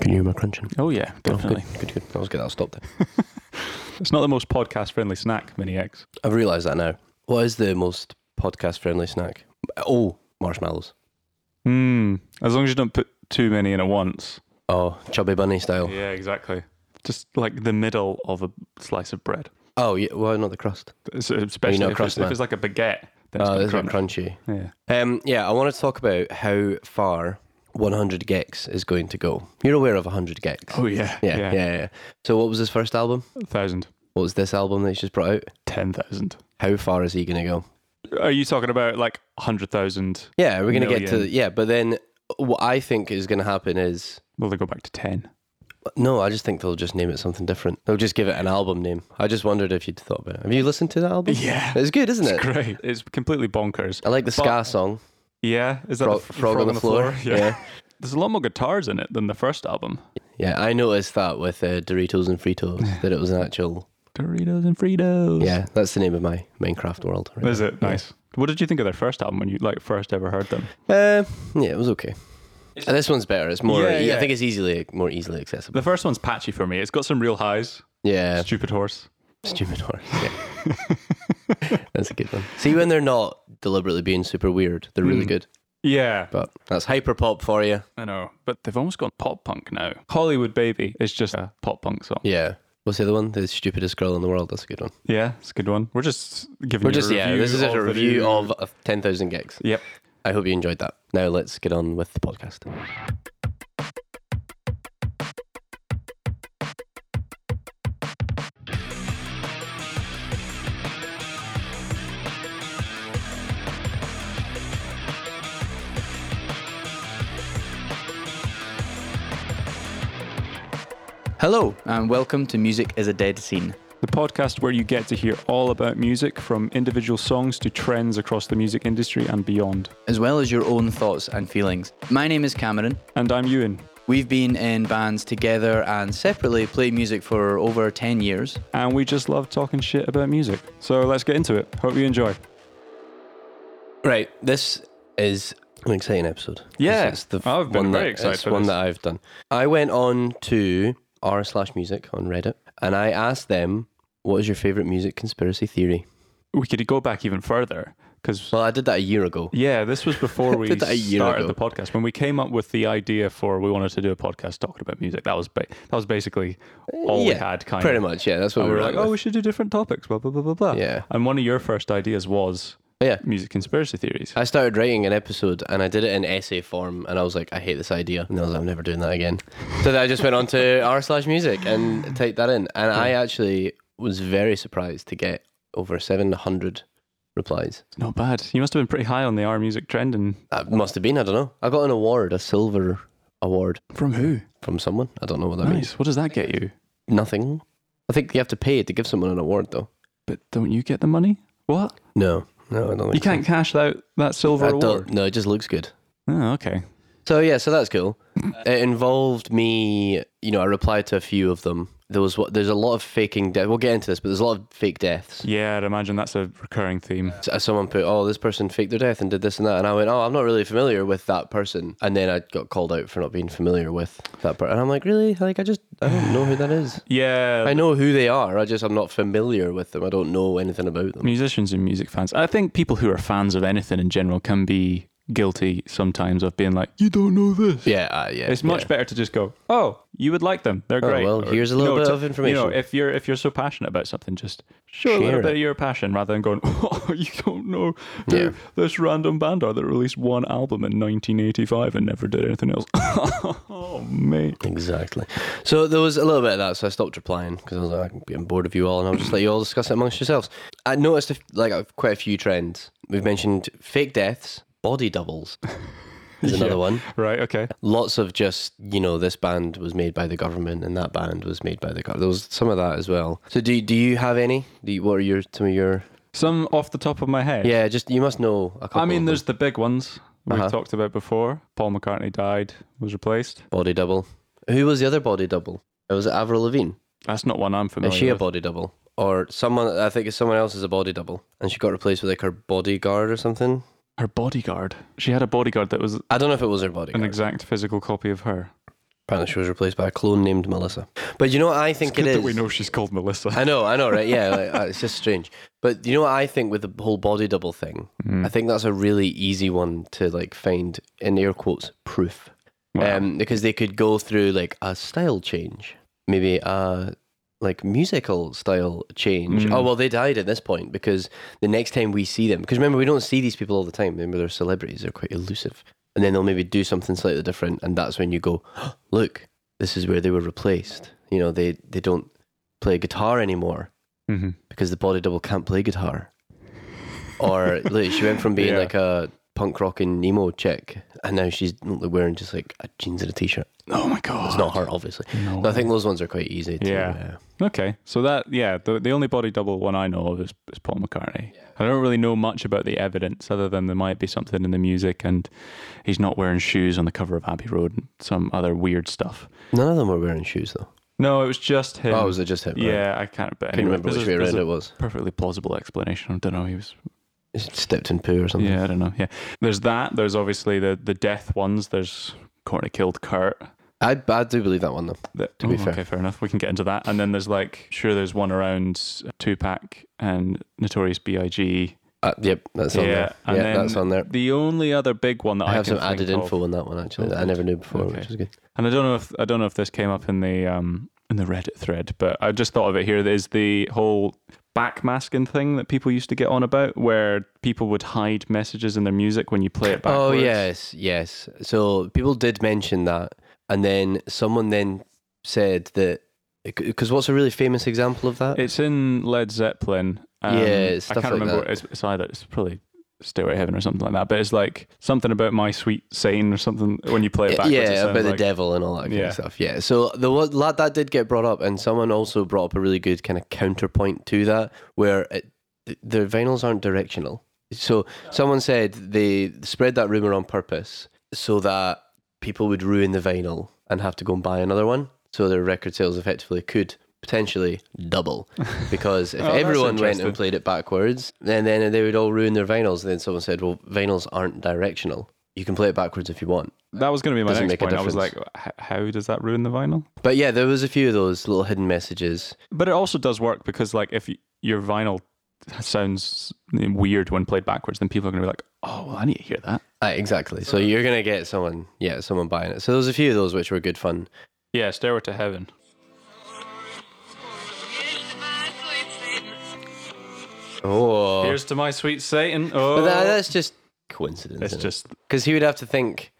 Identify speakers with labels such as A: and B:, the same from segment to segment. A: Can you hear my crunching?
B: Oh yeah,
A: Oh,
B: definitely.
A: good, good, good. I was good. I'll stop there.
B: It's not the most podcast friendly snack, Mini X.
A: I've realised that now. What is the most podcast friendly snack? Oh, marshmallows.
B: Hmm. As long as you don't put too many in at once.
A: Oh, chubby bunny style.
B: Yeah, exactly. Just like the middle of a slice of bread.
A: Oh, yeah. Well, not the crust.
B: So especially
A: not
B: if,
A: crust
B: it's, if
A: man.
B: it's like a baguette, then it's
A: Oh,
B: got
A: it's not
B: crunch.
A: crunchy.
B: Yeah.
A: Um, yeah, I want to talk about how far 100 Gex is going to go. You're aware of 100 Gex.
B: Oh yeah.
A: yeah, yeah, yeah, So, what was his first album?
B: Thousand.
A: What was this album that he's just brought out?
B: Ten thousand.
A: How far is he going to go?
B: Are you talking about like hundred thousand?
A: Yeah, we're going to get to
B: Million.
A: yeah, but then what I think is going to happen is
B: Will they go back to ten?
A: no, I just think they'll just name it something different. They'll just give it an album name. I just wondered if you'd thought about it. Have you listened to that album?
B: Yeah.
A: It's good, isn't it?
B: Great. It's completely bonkers.
A: I like the ska song,
B: Yeah. Is that
A: Frog,
B: the f-
A: Frog on the, floor.
B: yeah.
A: yeah.
B: There's a lot more guitars in it than the first album.
A: Yeah, I noticed that with uh, Doritos and Fritos that it was an actual.
B: Doritos and Fritos.
A: Yeah, that's the name of my Minecraft world. right
B: Is it
A: Yeah.
B: nice? What did you think of their first album when you like first ever heard them?
A: Uh, yeah, it was okay. Uh, this one's better. It's more.
B: Yeah,
A: e-
B: yeah.
A: I think it's easily more easily accessible.
B: The first one's patchy for me. It's got some real highs.
A: Yeah,
B: Stupid horse.
A: stupid horse. Yeah. that's a good one. See, when they're not deliberately being super weird, they're really
B: Mm.
A: good.
B: Yeah,
A: But that's hyper pop for you.
B: I know. But they've almost gone pop punk now. Hollywood Baby is just a pop punk song.
A: Yeah. What's the other one? The stupidest girl in the world. That's a good one.
B: Yeah, it's a good one. We're just giving
A: We're
B: you
A: just
B: a
A: yeah.
B: review
A: This is
B: of
A: just a
B: the
A: review
B: new-
A: of of ten thousand gigs.
B: Yep.
A: I hope you enjoyed that. Now let's get on with the podcast. Hello.
C: And welcome to Music is a Dead Scene.
B: The podcast where you get to hear all about music from individual songs to trends across the music industry and beyond.
C: as well as your own thoughts and feelings. My name is Cameron.
B: And I'm Ewan,
C: We've been in bands together and separately play music for over 10 years.
B: and we just love talking shit about music. So let's get into it. Hope you enjoy.
A: Right, this is an exciting episode.
B: Yeah,
A: This is the
B: I've been
A: one
B: very
A: that,
B: excited
A: It's
B: for
A: one
B: this.
A: that I've done. I went on to r slash music on Reddit, and I asked them, "What is your favorite music conspiracy theory?"
B: We could go back even further because
A: Well, I did that a year ago.
B: Yeah, this was before we
A: Did that a year
B: started
A: ago.
B: the podcast. When we came up with the idea for we wanted to do a podcast talking about music, that was ba- that was basically all we
A: Uh, yeah,
B: had. Kind
A: Pretty
B: of,
A: much, yeah. That's what
B: and we were like,
A: at
B: oh,
A: with.
B: we should do different topics, blah blah blah blah blah.
A: Yeah.
B: And one of your first ideas was
A: yeah.
B: music conspiracy theories.
A: I started writing an episode and I did it in essay form and I was like, I hate this idea. And I was like, I'm never doing that again. So then I just went on to r slash music and typed that in. And
B: Hmm.
A: I actually was very surprised to get over 700 replies.
B: It's Not bad. You must have been pretty high on the R music trend, and
A: That must have been, I don't know. I got an award, a silver award
B: from who?
A: from someone. I don't know what that means.
B: Nice. What does that get you?
A: Nothing. I think you have to pay to give someone an award, though.
B: But don't you get the money? What?
A: No, no, I don't think
B: You can't cash out that
A: so.
B: silver
A: I
B: award.
A: don't, no, it just looks good.
B: Oh, okay.
A: So yeah, so that's cool. It involved me, you know, I replied to a few of them. There was what there's a lot of faking death. We'll get into this, but there's a lot of fake deaths.
B: Yeah, I'd imagine that's a recurring theme.
A: So- Someone put, "Oh, this person faked their death and did this and that," and I went, "Oh, I'm not really familiar with that person." And then I got called out for not being familiar with that person, and I'm like, "Really? Like, I just I don't know who that is.
B: Yeah,
A: I know who they are. I just I'm not familiar with them. I don't know anything about them."
B: musicians and music fans. I think people who are fans of anything in general can be guilty sometimes of being like, you don't know this.
A: Yeah, uh, yeah.
B: It's much
A: yeah.
B: better to just go, oh, you would like them. They're
A: Oh,
B: great.
A: well, here's a little bit
B: to-
A: of information.
B: You know, if you're if you're so passionate about something, just show a
A: Share
B: little bit
A: it.
B: of your passion rather than going, oh, you don't know who
A: Yeah.
B: this random band are that released one album in 1985 and never did anything else. oh, mate.
A: Exactly. So there was a little bit of that, so I stopped replying because I was like, I'm getting bored of you all, and I'll just let you all discuss it amongst yourselves. I noticed a f- like a, quite a few trends. We've mentioned fake deaths, body doubles is another
B: Yeah.
A: one.
B: Right, okay.
A: Lots of just you know this band was made by the government and that band was made by the government. There was some of that as well. So do do you have any? Do you, what are your some of your?
B: Some off the top of my head.
A: Yeah, just you must know a couple.
B: I
A: of
B: mean,
A: them.
B: there's the big ones we've
A: Uh-huh.
B: talked about before. Paul McCartney died, was replaced.
A: body double. Who was the other body double? It was Avril Lavigne.
B: That's not one I'm familiar
A: Is she a
B: with.
A: body double? Or someone, I think it's someone else is a body double. And she got replaced with like her bodyguard or something.
B: her bodyguard. She had a bodyguard that was
A: I don't know if it was her
B: an
A: bodyguard.
B: exact physical copy of her.
A: Apparently, she was replaced by a clone named Melissa. But you know what I think
B: Good
A: it is.
B: that we know she's called Melissa.
A: I know, I know, right? Yeah, like, uh, it's just strange. But you know what I think with the whole body double thing?
B: Hmm.
A: I think that's a really easy one to like find in air quotes proof,
B: Wow.
A: um, because they could go through like a style change, maybe a like musical style change. Oh well, they died at this point because the next time we see them, because remember we don't see these people all the time. Remember they're celebrities; they're quite elusive, and then they'll maybe do something slightly different, and that's when you go, look, this is where they were replaced. You know, they they don't play guitar anymore
B: Mhm.
A: because the body double can't play guitar. Or like, she went from being
B: Yeah.
A: like a punk rocking emo chick, and now she's wearing just like a jeans and a t-shirt.
B: Oh my god.
A: It's not her, obviously.
B: No
A: So I think those ones are quite easy. To, uh,
B: Yeah. Okay, so that yeah, the, the only body double one I know of is, is Paul McCartney. I don't really know much about the evidence other than there might be something in the music and he's not wearing shoes on the cover of Abbey Road and some other weird stuff.
A: uh, None of them were wearing shoes though.
B: No, it was just him.
A: Oh, was it just him? Right.
B: Yeah, I can't. But
A: I can't
B: anyway,
A: remember
B: there's
A: which
B: a-
A: way
B: there's
A: around
B: a
A: it was.
B: Perfectly plausible explanation. I don't know. He was
A: Stepped in poo or something.
B: Yeah, I don't know. Yeah, there's that. There's obviously the the death ones. There's Courtney killed Kurt.
A: I, I do believe that one though.
B: That,
A: To be
B: oh,
A: fair.
B: okay, fair enough. We can get into that. And then there's like sure, there's one around uh, Tupac and Notorious B.I.G.
A: Uh, yep, that's on there.
B: and
A: yeah,
B: then
A: that's on there.
B: The only other big one that I,
A: I have
B: can
A: some added
B: think of-
A: info on that one actually
B: Oh,
A: that I
B: good.
A: never knew before,
B: Okay.
A: which is good.
B: and I don't know if I don't know if this came up in the um in the Reddit thread, but I just thought of it here. There's the whole backmasking thing that people used to get on about, where people would hide messages in their music when you play it
A: Oh
B: backwards.
A: yes, yes. So people did mention that, and then someone then said that because what's a really famous example of that?
B: It's in Led Zeppelin. Um,
A: Yeah, it's
B: I
A: stuff
B: can't
A: like
B: remember.
A: that.
B: What, it's, it's either it's probably Stairway to Heaven or something like that. But it's like something about my sweet Satan or something when you play it backwards. it
A: yeah,
B: sounds
A: about the
B: like-
A: devil and all that kind
B: Yeah.
A: of stuff. Yeah. So the wa- that that did get brought up, and someone also brought up a really good kind of counterpoint to that, where it, th- the vinyls aren't directional. So someone said they spread that rumor on purpose so that people would ruin the vinyl and have to go and buy another one. So their record sales effectively could potentially double because if
B: Oh, that's
A: everyone went
B: interesting.
A: and played it backwards, then then they would all ruin their vinyls. And then someone said, "Well, vinyls aren't directional. You can play it backwards if you want."
B: That was going to be my
A: Doesn't
B: next
A: make a
B: point. I was like,
A: difference.
B: "H- how does that ruin the vinyl?
A: But yeah, there was a few of those little hidden messages.
B: But it also does work because like if y- your vinyl sounds weird when played backwards, then people are going to be like, oh, well, I need to hear that.
A: Ah, exactly. So you're gonna get someone, yeah, someone buying it. So there was a few of those which were good fun.
B: Yeah, Stairway to Heaven.
A: Oh,
B: Here's to my sweet Satan. Oh,
A: but that, that's just coincidence.
B: it's just
A: because he would have to think.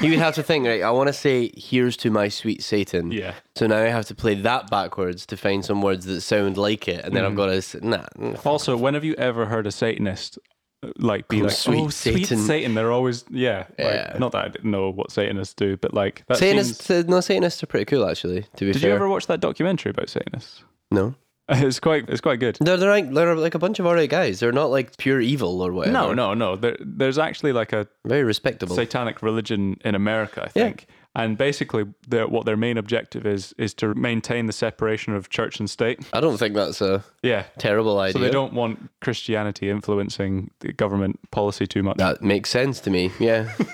A: He would have to think, right? I want to say, "Here's to my sweet Satan."
B: yeah.
A: So now I have to play that backwards to find some words that sound like it, and then I've got to s- nah. mm.
B: Also, when have you ever heard a Satanist uh, like be
A: Oh,
B: like,
A: sweet
B: "Oh, sweet
A: Satan."
B: Satan"? They're always, yeah,
A: Yeah.
B: Like, not that I didn't know what Satanists do, but like that
A: Satanists,
B: seems-
A: uh, no, Satanists are pretty cool actually. To be
B: Did
A: fair,
B: you ever watch that documentary about Satanists?
A: no,
B: It's quite, it's quite good.
A: they're, they're like they're like a bunch of alright guys. They're not like pure evil or whatever.
B: No, no, no. There, there's actually like a
A: very respectable.
B: satanic religion in America, I
A: Yeah.
B: think. And basically, their, what their main objective is is to maintain the separation of church and state.
A: I don't think that's a
B: Yeah.
A: terrible idea.
B: So they don't want Christianity influencing the government policy too much.
A: That makes sense to me. Yeah.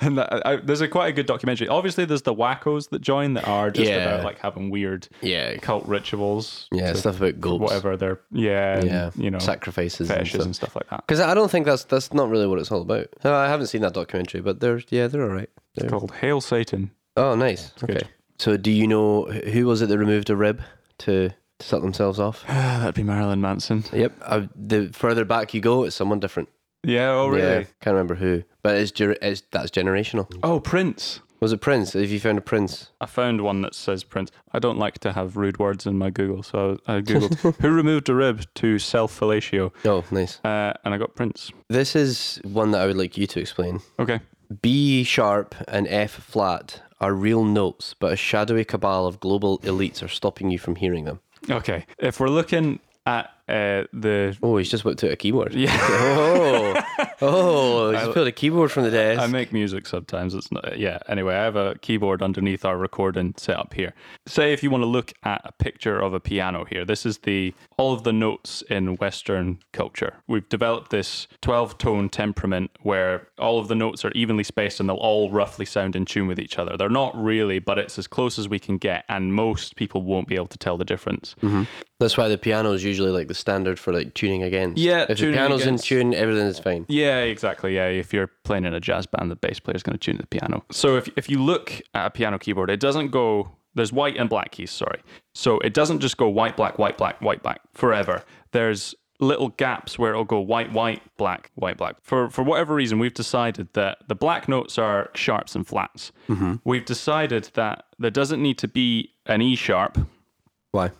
B: And that, I, there's a quite a good documentary. Obviously, there's the wackos that join that are just
A: Yeah.
B: about like having weird
A: yeah.
B: cult rituals,
A: Yeah.
B: to
A: Stuff about goats.
B: whatever they're yeah, and,
A: Yeah.
B: you know,
A: Sacrifices. and
B: fetishes
A: stuff.
B: and stuff like that.
A: Because I don't think that's that's not really what it's all about. No, I haven't seen that documentary, but they're yeah they're all right. They're-
B: It's called Hail Satan.
A: oh, nice. Okay.
B: good.
A: So do you know wh- who was it that removed a rib to, to suck themselves off?
B: That'd be Marilyn Manson.
A: yep. I, the further back you go, it's someone different.
B: Yeah. Oh really?
A: Yeah, can't remember who, but it's, ger- it's that's generational.
B: Oh Prince.
A: Was it Prince? Have you found a Prince?
B: I found one that says Prince. I don't like to have rude words in my Google, so I, I googled who removed a rib to self fellatio,
A: Oh, nice.
B: uh, and I got Prince.
A: This is one that I would like you to explain.
B: Okay.
A: B sharp and F flat are real notes, but a shadowy cabal of global elites are stopping you from hearing them.
B: Okay. If we're looking at uh, the
A: Oh, he's just whipped out a keyboard.
B: yeah.
A: Oh, oh, he's pulled a keyboard from the desk.
B: I make music sometimes. It's not, yeah. Anyway, I have a keyboard underneath our recording setup here. Say if you want to look at a picture of a piano here. This is the all of the notes in Western culture. We've developed this twelve-tone temperament where all of the notes are evenly spaced and they'll all roughly sound in tune with each other. They're not really, but it's as close as we can get, and most people won't be able to tell the difference.
A: That's why the piano is usually like the standard for like tuning against.
B: Yeah,
A: if the
B: tuning
A: piano's
B: against.
A: in tune, everything is fine.
B: Yeah, exactly. Yeah, if you're playing in a jazz band, the bass player's going to tune the piano. So if if you look at a piano keyboard, it doesn't go. There's white and black keys. Sorry. So it doesn't just go white, black, white, black, white, black forever. There's little gaps where it'll go white, white, black, white, black. For for whatever reason, we've decided that the black notes are sharps and flats. We've decided that there doesn't need to be an E sharp.
A: Why?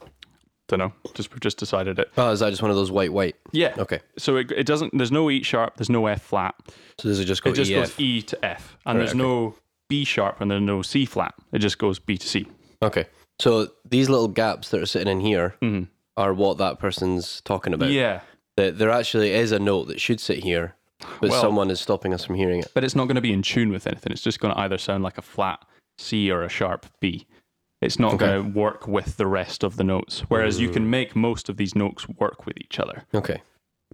B: Don't know. Just we've just decided it.
A: Oh, is that just one of those white white?
B: Yeah.
A: Okay.
B: So it, it doesn't. There's no E sharp. There's no F flat.
A: So does it just go
B: It just
A: EF?
B: goes E to F, and there's
A: okay.
B: no B sharp and there's no C flat. It just goes B to C.
A: Okay. So these little gaps that are sitting in here
B: Mm-hmm.
A: are what that person's talking about.
B: Yeah,
A: That there actually is a note that should sit here, but
B: Well-
A: someone is stopping us from hearing it.
B: but it's not going to be in tune with anything. It's just going to either sound like a flat C or a sharp B. It's not
A: Okay.
B: going to work with the rest of the notes. Whereas you can make most of these notes work with each other
A: Okay.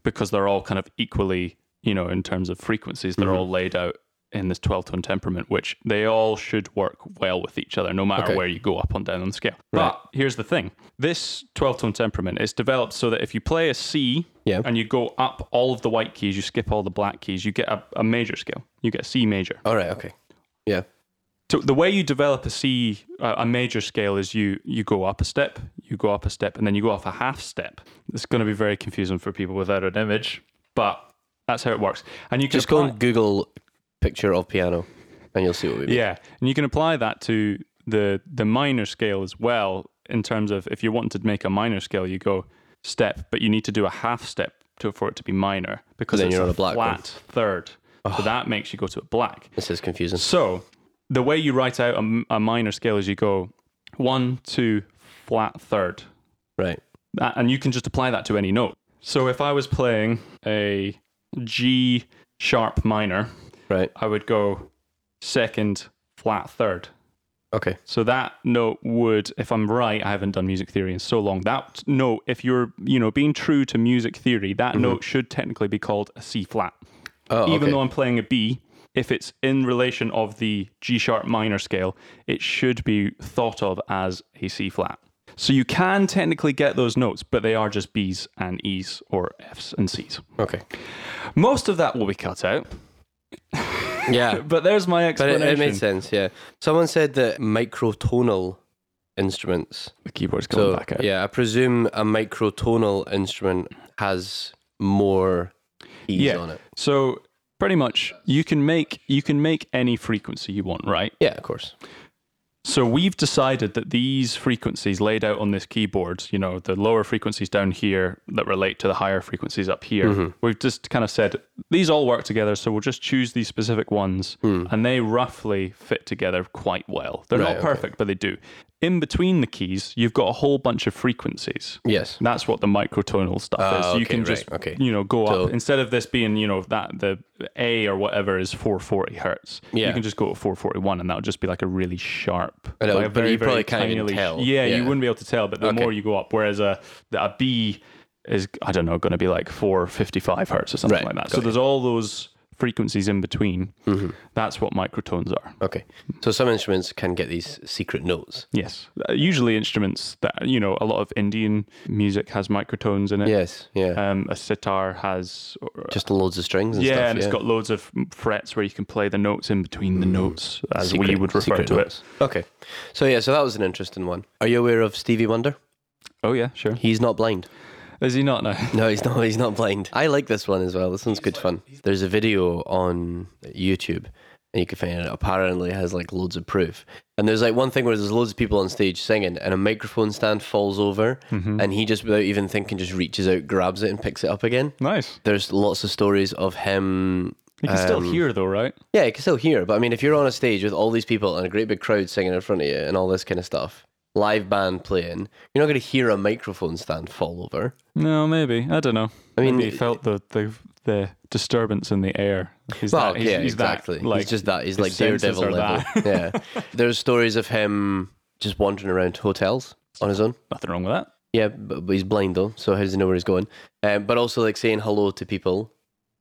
B: because they're all kind of equally, you know, in terms of frequencies,
A: Mm-hmm.
B: they're all laid out in this 12 tone temperament, which they all should work well with each other, no matter
A: Okay.
B: where you go up and down on the scale.
A: Right.
B: But here's the thing this 12 tone temperament is developed so that if you play a C
A: Yeah.
B: and you go up all of the white keys, you skip all the black keys, you get a, a major scale, you get a C major.
A: All right. Okay. Yeah.
B: So the way you develop a C, a a major scale, is you you go up a step, you go up a step, and then you go off a half step. It's going to be very confusing for people without an image, but that's how it works. And you can
A: Just go
B: apply-
A: and Google picture of piano, and you'll see what we mean.
B: yeah, and you can apply that to the the minor scale as well. In terms of if you want to make a minor scale, you go step, but you need to do a half step to, for it to be minor because
A: Then
B: it's
A: you're
B: a,
A: on a black one.
B: flat third. So that makes you go to a black.
A: This is confusing.
B: So the way you write out a, a minor scale is you go one, two, flat third,
A: Right.
B: That- and you can just apply that to any note. So if I was playing a G sharp minor,
A: Right.
B: I would go second, flat third.
A: Okay.
B: So that note would, if I'm right, I haven't done music theory in so long. That note, if you're, you know, being true to music theory, that note should technically be called a C flat
A: Oh,
B: even
A: okay.
B: though I'm playing a B, if it's in relation of the G sharp minor scale, it should be thought of as a C flat. So you can technically get those notes, but they are just Bs and Es or Fs and Cs.
A: okay.
B: Most of that will be cut out,
A: Yeah.
B: but there's my
A: But it,
B: explanation.
A: it made sense, yeah. Someone said that microtonal instruments.
B: The keyboard's going
A: So
B: back out.
A: yeah, I presume a microtonal instrument has more keys
B: Yeah.
A: on it.
B: So pretty much you can make you can make any frequency you want, right?
A: Yeah, of course.
B: So we've decided that these frequencies laid out on this keyboard, you know, the lower frequencies down here that relate to the higher frequencies up here,
A: Mm-hmm.
B: we've just kind of said these all work together. So we'll just choose these specific ones and they roughly fit together quite well. They're
A: Hmm. Right,
B: not
A: okay.
B: perfect, but they do. In between the keys, you've got a whole bunch of frequencies.
A: Yes.
B: That's what the microtonal stuff is.
A: Ah,
B: you
A: okay,
B: can just,
A: right, okay.
B: you know, go
A: So-
B: up instead of this being, you know, that the A or whatever is 440 hertz.
A: Yeah.
B: You can just go to 441, and that would just be like a really sharp,
A: And it'll-
B: like a
A: but you probably can't even
B: sh-
A: tell.
B: Yeah,
A: Yeah.
B: you wouldn't be able to tell. But the more you go up, whereas a a B is, I don't know, going to be like 455 hertz or something
A: Right,
B: like that.
A: got Mm-hmm.
B: So there's all those frequencies in between. That's what microtones are.
A: Okay. So some instruments can get these secret notes.
B: Yes. Uh, Usually instruments that, you know, a lot of Indian music has microtones in it.
A: Yes, yeah.
B: Um, a sitar has, or-
A: Just loads of strings and
B: yeah,
A: stuff.
B: and it's got loads of frets where you can play the notes in between the notes, as we
A: Mm. Secret-
B: would refer
A: secret
B: to it.
A: notes. Okay. So yeah, so that was an interesting one. Are you aware of Stevie Wonder?
B: Oh yeah, sure.
A: He's not blind.
B: Is he not now?
A: No, he's not. He's not blind. I like this one as well. This one's good fun. There's a video on YouTube, and you can find it. Apparently, has like loads of proof. And there's like one thing where there's loads of people on stage singing, and a microphone stand falls over,
B: Mm-hmm.
A: and he just without even thinking just reaches out, grabs it, and picks it up again.
B: Nice.
A: There's lots of stories of him.
B: You can still
A: um,
B: hear though, right?
A: Yeah, you can still hear. But I mean, if you're on a stage with all these people and a great big crowd singing in front of you and all this kind of stuff, live band playing, you're not going to hear a microphone stand fall over.
B: No, maybe. I don't know.
A: I
B: I
A: mean,
B: mean, he felt the, the the disturbance in the air. He's
A: Well,
B: that, he's,
A: yeah,
B: he's that,
A: exactly.
B: like,
A: he's just that. He's
B: his
A: like daredevil
B: senses are
A: level. yeah. There's stories of him just wandering around hotels on his own.
B: Nothing wrong with that.
A: Yeah, but, but he's blind though, so how does he know where he's going? Um, but also like saying hello to people,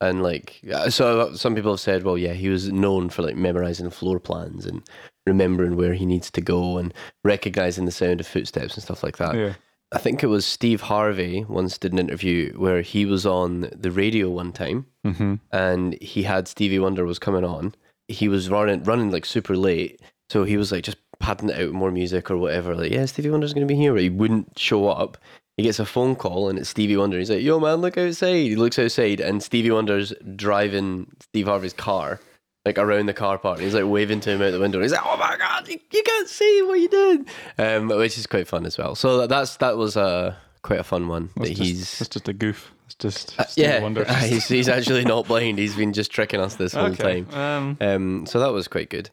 A: and like uh, so uh, some people have said, well, yeah, he was known for like memorizing floor plans and remembering where he needs to go and recognizing the sound of footsteps and stuff like that.
B: Yeah.
A: I think it was Steve Harvey once did an interview where he was on the radio one time
B: Mm-hmm.
A: and he had Stevie Wonder was coming on. He was running running like super late, so he was like just padding it out with more music or whatever. Like, yeah, Stevie Wonder's gonna be here, but he wouldn't show up. He gets a phone call and it's Stevie Wonder. He's like, "Yo, man, look outside." He looks outside and Stevie Wonder's driving Steve Harvey's car, like around the car park. And he's like waving to him out the window. He's like, "Oh my god, you, you can't see what you did," um, which is quite fun as well. So that's that was a quite a fun one.
B: That's,
A: that
B: just,
A: he's
B: that's just a goof. It's just
A: uh,
B: Stevie
A: yeah,
B: Wonder.
A: he's, he's actually not blind. He's been just tricking us this whole
B: okay.
A: time.
B: Um,
A: Um, so that was quite good.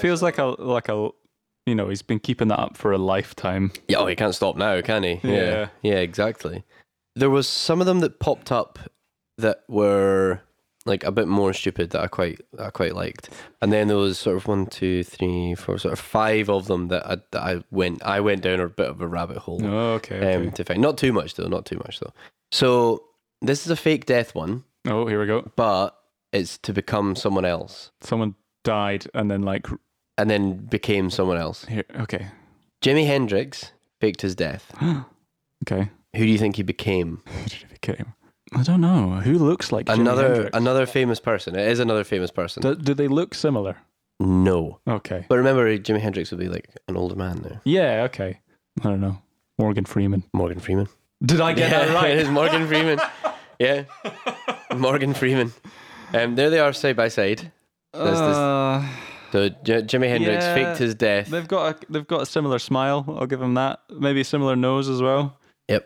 B: feels like a like a you know he's been keeping that up for a lifetime.
A: Yeah, oh, he can't stop now, can he? yeah,
B: Yeah.
A: Yeah, exactly. There was some of them that popped up that were like a bit more stupid that I quite I quite liked, and then there was sort of one, two, three, four, sort of five of them that I, that I went I went down a bit of a rabbit hole.
B: Oh, okay.
A: Um,
B: okay.
A: to find not too much though, not too much though. So this is a fake death one,
B: oh, here we go.
A: but it's to become someone else.
B: Someone died and then like
A: and then became someone else.
B: here. Okay.
A: Jimi Hendrix faked his death.
B: Okay.
A: Who do you think he became?
B: Who did he become? I don't know. Who looks like Jimi
A: another
B: Hendrix?
A: another famous person. It is another famous person.
B: Do, do they look similar?
A: no.
B: Okay.
A: But remember Jimi Hendrix would be like an older man there.
B: Yeah. Okay. I don't know. Morgan Freeman.
A: Morgan Freeman.
B: Did I get that
A: it
B: right?
A: is Morgan Freeman. Yeah. Morgan Freeman. Um, there they are side by side. There's this-
B: Uh,
A: So J- Jimi Hendrix
B: Yeah.
A: faked his death.
B: they've got a, they've got a similar smile. I'll give them that. Maybe a similar nose as well.
A: Yep.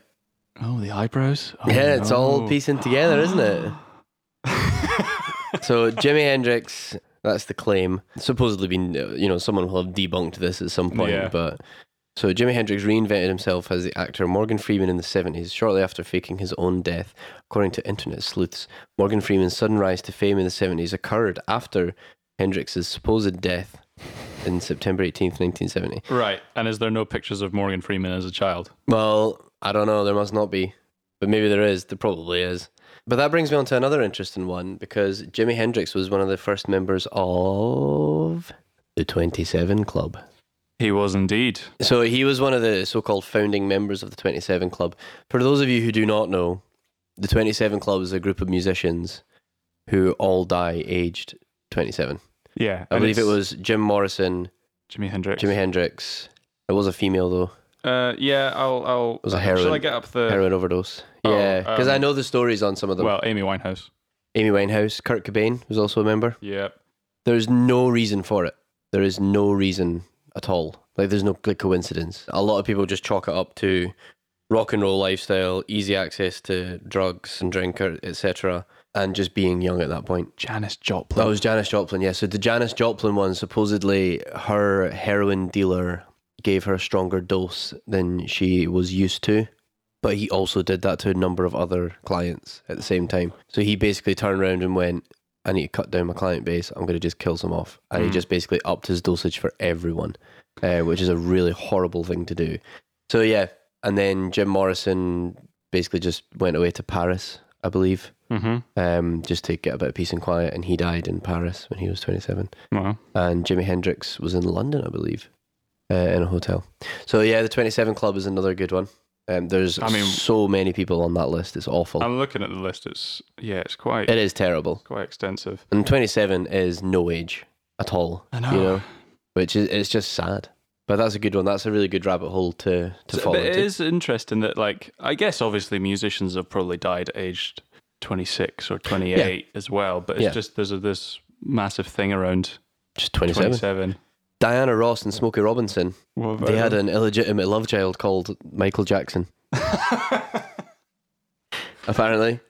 B: Oh, the eyebrows. Oh,
A: Yeah, it's all
B: no.
A: piecing together, isn't it? so Jimi Hendrix, that's the claim. Supposedly been, uh, you know, someone will have debunked this at some point,
B: Yeah.
A: but so Jimi Hendrix reinvented himself as the actor Morgan Freeman in the 70s, shortly after faking his own death. According to internet sleuths, Morgan Freeman's sudden rise to fame in the 70s occurred after Hendrix's supposed death in September 18th, 1970.
B: Right. And is there no pictures of Morgan Freeman as a child?
A: Well, I don't know. There must not be. But maybe there is. There probably is. But that brings me on to another interesting one because Jimi Hendrix was one of the first members of the 27 Club.
B: He was indeed.
A: So he was one of the so called founding members of the 27 Club. For those of you who do not know, the 27 Club is a group of musicians who all die aged 27.
B: Yeah.
A: I
B: and
A: believe it
B: it's
A: was Jim Morrison,
B: Jimi Hendrix.
A: Jimi Hendrix. It was a female though.
B: Uh, yeah. I'll. I'll.
A: was a
B: Shall I
A: heroin-
B: get up the?
A: Heroin overdose.
B: Uh, Oh,
A: yeah, because
B: um,
A: I know the stories on some of them.
B: Well, Amy Winehouse.
A: Amy Winehouse, Kurt Cobain was also a member.
B: Yeah.
A: There's no reason for it. There is no reason at all. Like there's no like coincidence. A lot of people just chalk it up to rock and roll lifestyle, easy access to drugs and drink, or etc., and just being young at that point.
B: Janis Joplin.
A: That Oh, was Janis Joplin. Yeah. So the Janis Joplin one, supposedly her heroin dealer gave her a stronger dose than she was used to. But he also did that to a number of other clients at the same time. So he basically turned around and went, I need to cut down my client base. I'm going to just kill some off. And he
B: Mm.
A: just basically upped his dosage for everyone, uh, which is a really horrible thing to do. So, yeah. And then Jim Morrison basically just went away to Paris, I believe
B: Mm-hmm.
A: um, just to get a bit of peace and quiet. And he died in Paris when he was 27.
B: Wow.
A: And Jimi Hendrix was in London, I believe, uh, in a hotel. So yeah, the 27 Club is another good one. Um, there's
B: I mean-
A: so many people on that list. It's awful.
B: I'm looking at the list. It's yeah. It's quite
A: it is terrible.
B: quite extensive.
A: And 27 is no age at all.
B: I
A: You know, which is it's just sad. But that's a good one. That's a really good rabbit hole to to
B: So-
A: follow.
B: But it
A: into.
B: is interesting that, like, I guess obviously musicians have probably died aged 26 or 28 as well, but it's
A: Yeah.
B: just there's a, this massive thing around
A: just 27.
B: 27.
A: Diana Ross and Smokey Robinson.
B: What about
A: They had
B: them?
A: an illegitimate love child called Michael Jackson. apparently.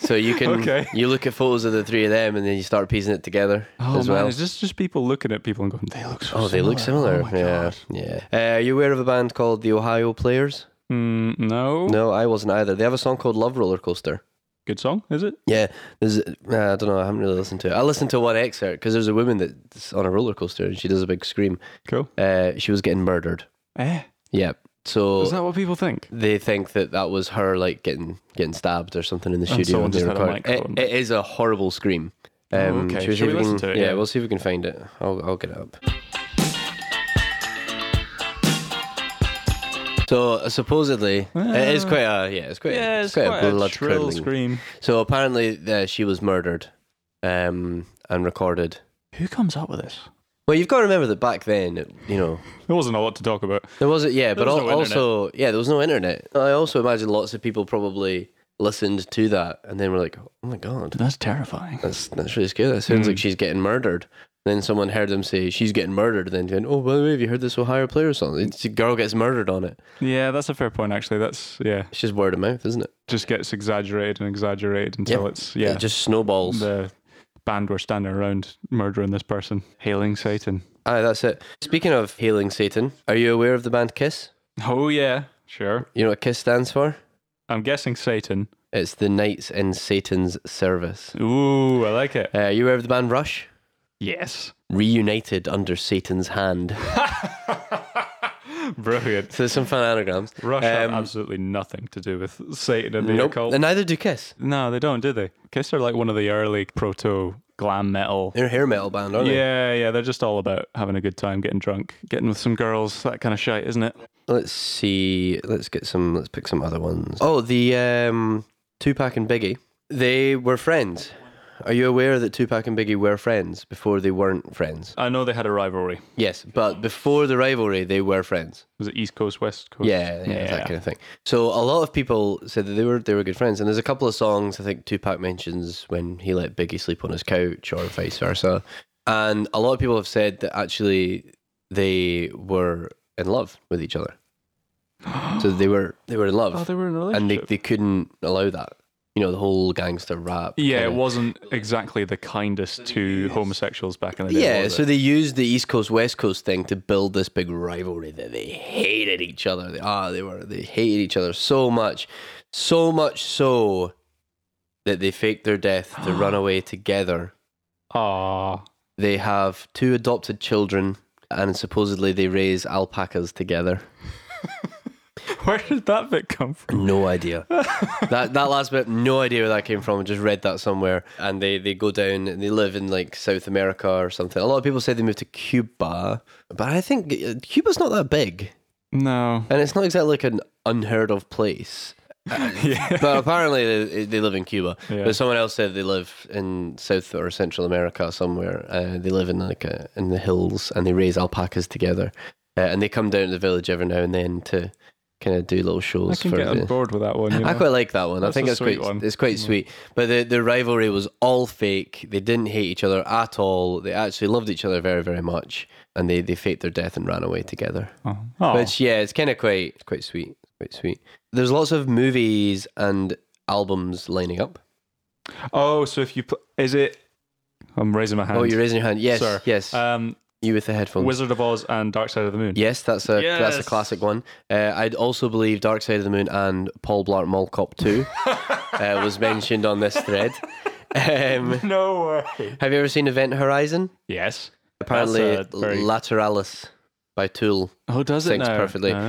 A: So you can
B: Okay.
A: you look at photos of the three of them and then you start piecing it together
B: Oh
A: as
B: man,
A: well.
B: is this just people looking at people and going, "They look so
A: Oh,
B: similar."
A: they look similar.
B: Oh my
A: yeah,
B: God.
A: yeah. Uh, are you aware of a band called the Ohio Players?
B: Mm, no.
A: No, I wasn't either. They have a song called Love Roller Coaster.
B: Good song, is it?
A: Yeah, there's. Uh, I don't know. I haven't really listened to it. I listened to one excerpt because there's a woman that's on a roller coaster and she does a big scream.
B: Cool.
A: Uh, she was getting murdered.
B: Eh.
A: Yeah. So
B: Is that what people think?
A: they think that that was her like getting getting stabbed or something in the
B: And
A: studio.
B: someone
A: when they
B: just had a
A: recorded. It,
B: microphone.
A: it is a horrible scream.
B: Oh, okay.
A: shall we
B: Shall
A: see
B: we
A: if
B: listen
A: can-
B: to it?
A: Yeah,
B: Yeah.
A: we'll see if we can find it. I'll I'll get it up. So supposedly it is quite a yeah it's quite
B: Yeah, it's
A: quite,
B: quite
A: a
B: a
A: blood
B: shrill
A: curdling.
B: scream.
A: So apparently uh, she was murdered, um and recorded.
B: Who comes up with this?
A: Well, you've got to remember that back then, it- you know,
B: There wasn't a lot to talk about.
A: there was a, yeah, but
B: was
A: al-
B: no internet.
A: also yeah, there was no internet. I also imagine lots of people probably listened to that and then were like, "Oh my god,
B: That's terrifying.
A: that's that's really scary. That sounds like
B: Hmm.
A: she's getting murdered." Then someone heard them say she's getting murdered, and then going, "Oh, by the way, have you heard this Ohio Player song? It's a girl gets murdered on it."
B: Yeah, that's a fair point actually. That's yeah,
A: It's just word of mouth, isn't it?
B: just gets exaggerated and exaggerated until it's yeah,
A: it just snowballs.
B: the band were standing around murdering this person, hailing Satan.
A: Aye, that's it. Speaking of hailing Satan, are you aware of the band Kiss?
B: Oh yeah, sure.
A: You know what Kiss stands for?
B: I'm guessing Satan.
A: It's the Knights in Satan's Service.
B: Ooh, I like it.
A: Uh, you aware of the band Rush?
B: Yes.
A: Reunited under Satan's hand.
B: Brilliant.
A: So there's some fun anagrams.
B: Rush have
A: Um,
B: absolutely nothing to do with Satan and the
A: Nope.
B: occult.
A: And neither do Kiss.
B: No, they don't, do they? Kiss are like one of the early proto glam metal.
A: They're a hair metal band, aren't
B: Yeah, yeah, they're just all about having a good time, getting drunk, getting with some girls, that kind of shite, isn't it?
A: they? Let's see. Let's get some. Let's pick some other ones. Oh, the um, Tupac and Biggie. They were friends. Are you aware that Tupac and Biggie were friends before they weren't friends?
B: I know they had a rivalry.
A: Yes, but before the rivalry, they were friends.
B: Was it East Coast, West Coast?
A: Yeah, yeah,
B: Yeah.
A: that kind of thing. So a lot of people said that they were they were good friends, and there's a couple of songs I think Tupac mentions when he let Biggie sleep on his couch or vice versa, and a lot of people have said that actually they were in love with each other. so they were they were in love,
B: Oh, they were in a
A: and they,
B: relationship.
A: they couldn't allow that. You know the whole gangster rap.
B: yeah, it
A: kinda-
B: wasn't exactly the kindest to homosexuals back in the day.
A: Yeah,
B: was
A: so
B: it?
A: they used the East Coast West Coast thing to build this big rivalry that they hated each other. They, ah, they were they hated each other so much, so much so that they faked their death to run away together.
B: Aw.
A: They have two adopted children, and supposedly they raise alpacas together.
B: Where did that bit come from?
A: No idea. that that last bit, no idea where that came from. I just read that somewhere. And they, they go down and they live in like South America or something. A lot of people say they moved to Cuba, but I think uh, Cuba's not that big.
B: No.
A: And it's not exactly like an unheard of place. Uh,
B: Yeah.
A: But apparently they, they live in Cuba.
B: Yeah.
A: But someone else said they live in South or Central America somewhere. Uh, they live in like a, in the hills and they raise alpacas together. Uh, and they come down to the village every now and then to kind of do little
B: I
A: shows
B: can
A: for
B: get
A: the,
B: on board with that one. You know?
A: I quite like that one. I
B: That's
A: think
B: a
A: it's
B: sweet
A: quite
B: one. Mm.
A: it's quite sweet. But the, the rivalry was all fake. They didn't hate each other at all. They actually loved each other very very much, and they they faked their death and ran away together.
B: Oh.
A: But yeah, it's kind of quite it's quite sweet. It's Quite sweet. There's lots of movies and albums lining up.
B: Oh, so if you pl- is it? I'm raising my hand.
A: Oh, you're raising your hand. Yes,
B: Sir.
A: yes.
B: Um,
A: you with the headphones.
B: Wizard of Oz and Dark Side of the Moon.
A: Yes, that's a that's a
B: Yes.
A: classic one. Uh, I'd also believe Dark Side of the Moon and Paul Blart Mall Cop Two uh, was mentioned on this thread. Um,
B: No way.
A: have you ever seen Event Horizon?
B: Yes.
A: Apparently,
B: That's a very-
A: Lateralis by Tool
B: Oh, does it
A: syncs
B: now?
A: perfectly. But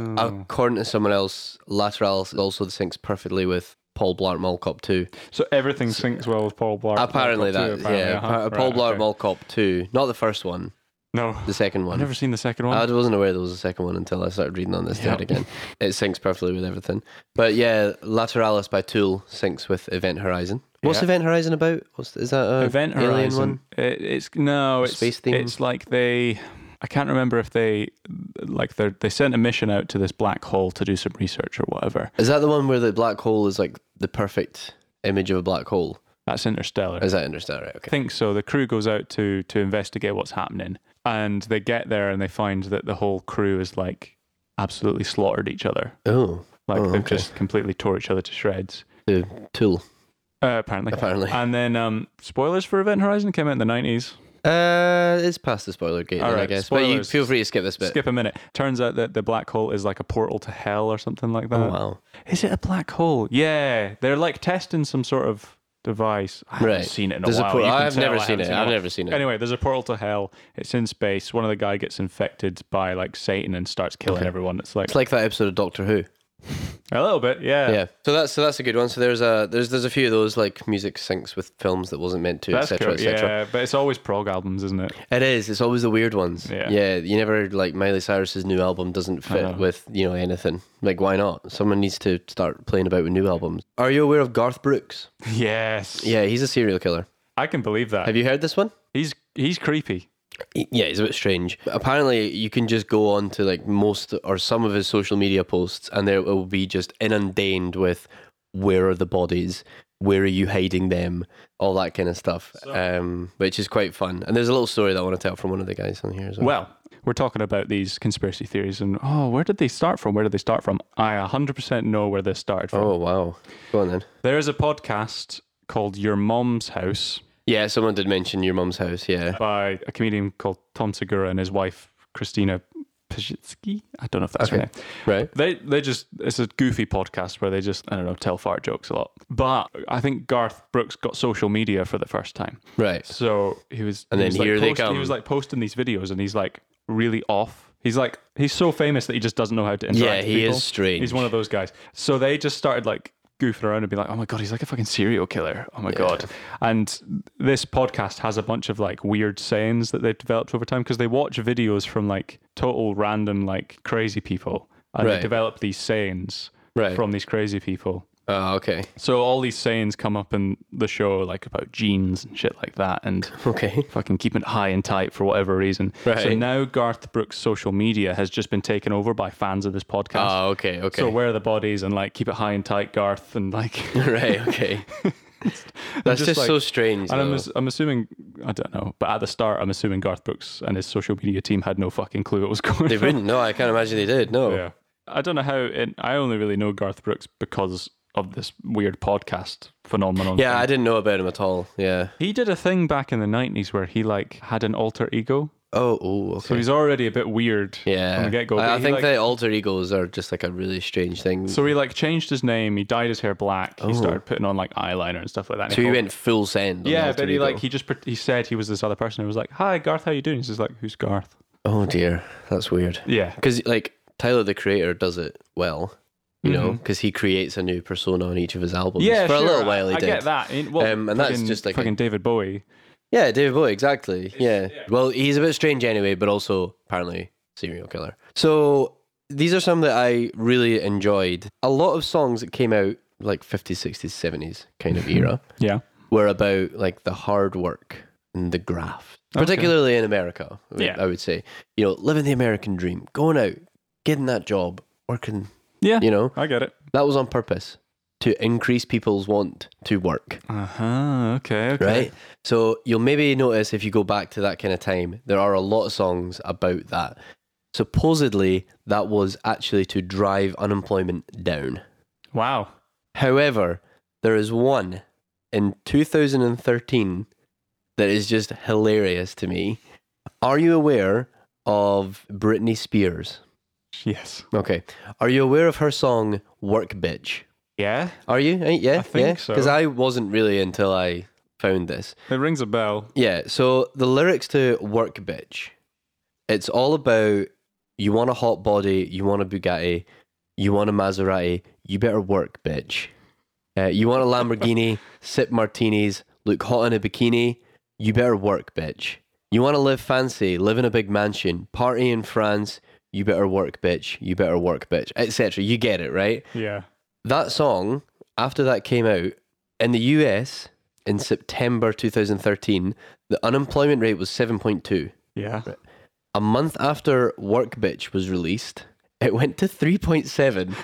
A: uh,
B: Oh.
A: according to someone else, Lateralis also syncs perfectly with Paul Blart Mall Cop 2.
B: so everything syncs well with Paul Blart.
A: apparently,
B: Mall Cop
A: that,
B: too, apparently,
A: yeah.
B: uh-huh.
A: appa- Paul
B: Right,
A: Blart
B: okay.
A: Mall Cop 2. Not the first one,
B: No,
A: the second one.
B: I've never seen the second one.
A: I wasn't aware there was a second one until I started reading on this thread
B: Yeah.
A: again. It syncs perfectly with everything. But yeah, Lateralis by Tool syncs with Event Horizon. What's
B: Yeah.
A: Event Horizon about? What's, is that a
B: Event
A: alien
B: Horizon.
A: one?
B: It, it's no, it's
A: Space theme?
B: It's like they. I can't remember if they like they they sent a mission out to this black hole to do some research or whatever.
A: Is that the one where the black hole is like the perfect image of a black hole?
B: That's Interstellar.
A: As I understand, right? Okay.
B: think so. The crew goes out to to investigate what's happening, and they get there and they find that the whole crew is like absolutely slaughtered each other.
A: Oh,
B: Like
A: Oh,
B: they've
A: okay.
B: just completely tore each other to shreds.
A: to Tool.
B: Uh, apparently.
A: Apparently.
B: And then um, spoilers for Event Horizon came out in the 90s.
A: Uh, it's past the spoiler gate,
B: All
A: then, I
B: right,
A: guess. But you
B: spoilers.
A: feel free to skip this bit.
B: Skip a minute. Turns out that the black hole is like a portal to hell or something like that.
A: Oh, wow.
B: Is it a black hole? Yeah, they're like testing some sort of device. I haven't
A: Right.
B: seen it in
A: There's
B: a
A: a
B: while.
A: por-
B: You can
A: I've
B: tell
A: never
B: I
A: seen
B: haven't
A: it.
B: in a
A: I've
B: while.
A: never seen it.
B: Anyway, there's a portal to hell. It's in space. One of the guy gets infected by like Satan and starts killing everyone. It's like,
A: It's like that episode of Doctor Who.
B: a little bit, yeah.
A: Yeah. So that's so that's a good one. So there's a there's there's a few of those like music syncs with films that wasn't meant to,
B: That's
A: etc.
B: cool.
A: etc.
B: Yeah, but it's always prog albums, isn't it?
A: It is. It's always the weird ones.
B: Yeah.
A: You never like Miley Cyrus's new album doesn't
B: know.
A: fit with you know anything. Like why not? Someone needs to start playing about with new albums. Are you aware of Garth Brooks?
B: Yes.
A: Yeah, he's a serial killer.
B: I can believe that.
A: Have you heard this one?
B: He's he's creepy.
A: Yeah, it's a bit strange. Apparently, you can just go on to like most or some of his social media posts, and there will be just inundated with where are the bodies, where are you hiding them, all that kind of stuff, um, which is quite fun. And there's a little story that I want to tell from one of the guys on here as well.
B: Well, we're talking about these conspiracy theories and oh, where did they start from? Where did they start from? I 100% know where this started from.
A: oh wow, go on then.
B: There is a podcast called Your Mom's House
A: Yeah, someone did mention your mum's house. Yeah,
B: by a comedian called Tom Segura and his wife Christina Pajitsky. I don't know if that's right.
A: right.
B: They they just it's a goofy podcast where they just I don't know tell fart jokes a lot. But I think Garth Brooks got social media for the first time.
A: Right.
B: So he was,
A: And
B: he
A: then
B: was, like,
A: here they
B: post-
A: come.
B: He was like posting these videos, and he's like really off. He's like he's so famous that he just doesn't know how to interact.
A: Yeah,
B: with
A: he
B: people.
A: is strange.
B: He's one of those guys. So they just started like goofing around and be like, oh my god, he's like a fucking serial killer. Oh my god. And this podcast has a bunch of like weird sayings that they've developed over time because they watch videos from like total random like crazy people, and they
A: Right.
B: develop these sayings
A: Right.
B: from these crazy people.
A: Oh, okay.
B: So all these sayings come up in the show, like about jeans and shit like that, and
A: Okay.
B: fucking keeping it high and tight for whatever reason. So
A: Right.
B: now Garth Brooks' social media has just been taken over by fans of this podcast.
A: Oh, okay. Okay.
B: So where are the bodies and like keep it high and tight, Garth, and like.
A: right. Okay. That's
B: just
A: just,
B: like-
A: so strange.
B: And I'm,
A: though.
B: ass- I'm assuming I don't know, but at the start, I'm assuming Garth Brooks and his social media team had no fucking clue what was going
A: They
B: on.
A: wouldn't. No, I can't imagine they did. No.
B: Yeah. I don't know how. It, I only really know Garth Brooks because of this weird podcast phenomenon.
A: Yeah, I didn't know about him at all. Yeah.
B: He did a thing back in the nineties where he like had an alter ego,
A: Oh, oh,
B: so
A: okay.
B: he's already a bit weird
A: yeah.
B: from the get go.
A: I, I think the alter egos are just like a really strange thing. So,
B: so he like changed his name. He dyed his hair black. He started putting on like eyeliner and stuff like that. and
A: Oh. he
B: called-
A: went full send. on
B: Yeah,
A: alter
B: but he
A: ego.
B: like he just pre- he said he was this other person. He was like, "Hi, Garth, how you doing?" He's just like, "Who's Garth?"
A: Oh dear, that's weird.
B: Yeah,
A: Because like Tyler the Creator does it well, you know, 'cause know, because he creates a new persona on each of his albums.
B: Mm-hmm. yeah.
A: For
B: sure.
A: a little while, he
B: I,
A: did.
B: I get that. In- well,
A: Um, and that's
B: fucking-
A: just like a-
B: fucking David Bowie.
A: Yeah, David Bowie, exactly. Yeah. Well, he's a bit strange anyway, but also apparently serial killer. So these are some that I really enjoyed. A lot of songs that came out like 50s, 60s, 70s kind of era
B: Yeah,
A: were about like the hard work and the graft, particularly in America. I would-
B: Yeah.
A: I would say, you know, living the American dream, going out, getting that job, working,
B: yeah.
A: you know,
B: I get it.
A: that was on purpose to increase people's want to work
B: Uh huh. Okay. Okay.
A: right? So you'll maybe notice if you go back to that kind of time, there are a lot of songs about that. Supposedly, that was actually to drive unemployment down.
B: Wow.
A: However, there is one in 2013 that is just hilarious to me. Are you aware of Britney Spears?
B: Yes.
A: Okay. Are you aware of her song Work Bitch?
B: Yeah.
A: Are you? Eh, Yeah.
B: I think
A: yeah?
B: so.
A: Because I wasn't really until I found this.
B: It rings a bell.
A: Yeah, so the lyrics to Work Bitch, it's all about you want a hot body, you want a Bugatti, you want a Maserati, you better work, bitch. Uh, you want a Lamborghini, sip martinis, look hot in a bikini, you better work, bitch. You want to live fancy, live in a big mansion, party in France, you better work, bitch, you better work, bitch, etc. You get it, right?
B: Yeah.
A: that song after that came out in the US in September 2013 the unemployment rate was 7.2
B: Yeah.
A: a month after work bitch was released it went to 3.7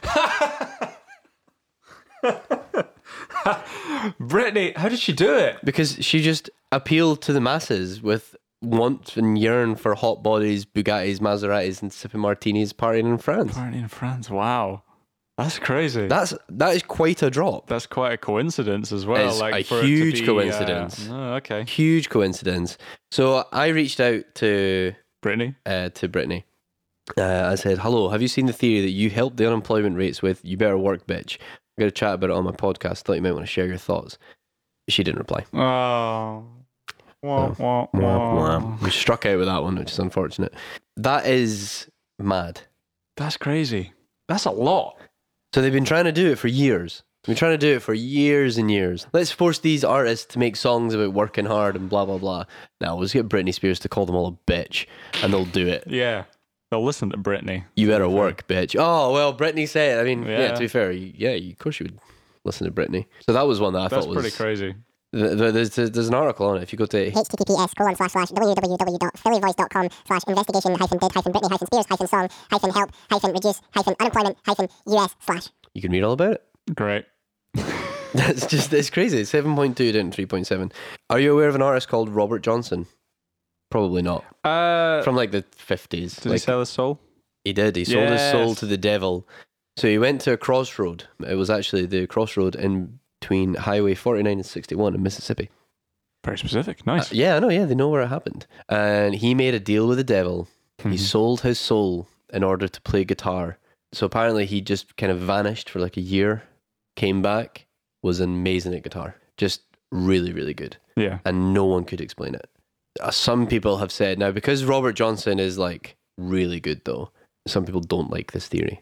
B: Brittany, how did she do it?
A: because she just appealed to the masses with want and yearn for hot bodies Bugattis Maseratis and sipping martinis partying in France
B: Party in France. Wow. That's crazy.
A: That's that is quite a drop.
B: That's quite a coincidence as well.
A: It's
B: like
A: a
B: for it to
A: huge
B: be, uh,
A: coincidence.
B: oh, okay.
A: Huge coincidence. So I reached out to
B: Brittany.
A: uh, to Brittany. Uh, I said, "Hello, have you seen the theory that you helped the unemployment rates with? You better work, bitch. I'm gonna chat about it on my podcast. Thought you might want to share your thoughts." She didn't reply.
B: Oh.
A: Wah, We struck out with that one, which is unfortunate. That is mad.
B: That's crazy. That's a lot.
A: So they've been trying to do it for years. They've been trying to do it for years and years. Let's force these artists to make songs about working hard and blah blah blah. Now let's get Britney Spears to call them all a bitch, and they'll do it.
B: Yeah. They'll listen to Brittany.
A: You better work, bitch. Oh well, Britney said. I mean, yeah.
B: Yeah.
A: to be fair, you- yeah, you, of course you would listen to Britney. So that was one that I
B: That's
A: thought
B: pretty
A: was.
B: crazy.
A: th- th- there's, there's there's an article on it. If you go to
D: https colon slash slash www.phillyvoice.com slash investigation hyphen did hyphen Britney hyphen Spears hyphen song hyphen help hyphen reduce hyphen unemployment hyphen US slash.
A: you can read all about it.
B: Great.
A: That's just it's crazy. Seven point two down three point seven. Are you aware of an artist called Robert Johnson? Probably not.
B: Uh,
A: From like the fifties.
B: did he sell his soul?
A: He did. He sold his soul
B: Yes.
A: to the devil. So he went to a crossroad. It was actually the crossroad in between Highway 49 and 61 in Mississippi.
B: Very specific.
A: Uh,
B: Nice.
A: yeah, I know. Yeah, they know where it happened. And he made a deal with the devil.
B: Mm-hmm.
A: He sold his soul in order to play guitar. So apparently he just kind of vanished for like a year, came back, was amazing at guitar. Just really, really good
B: yeah.
A: and no one could explain it. Uh, Some people have said now because Robert Johnson is like really good though. Some people don't like this theory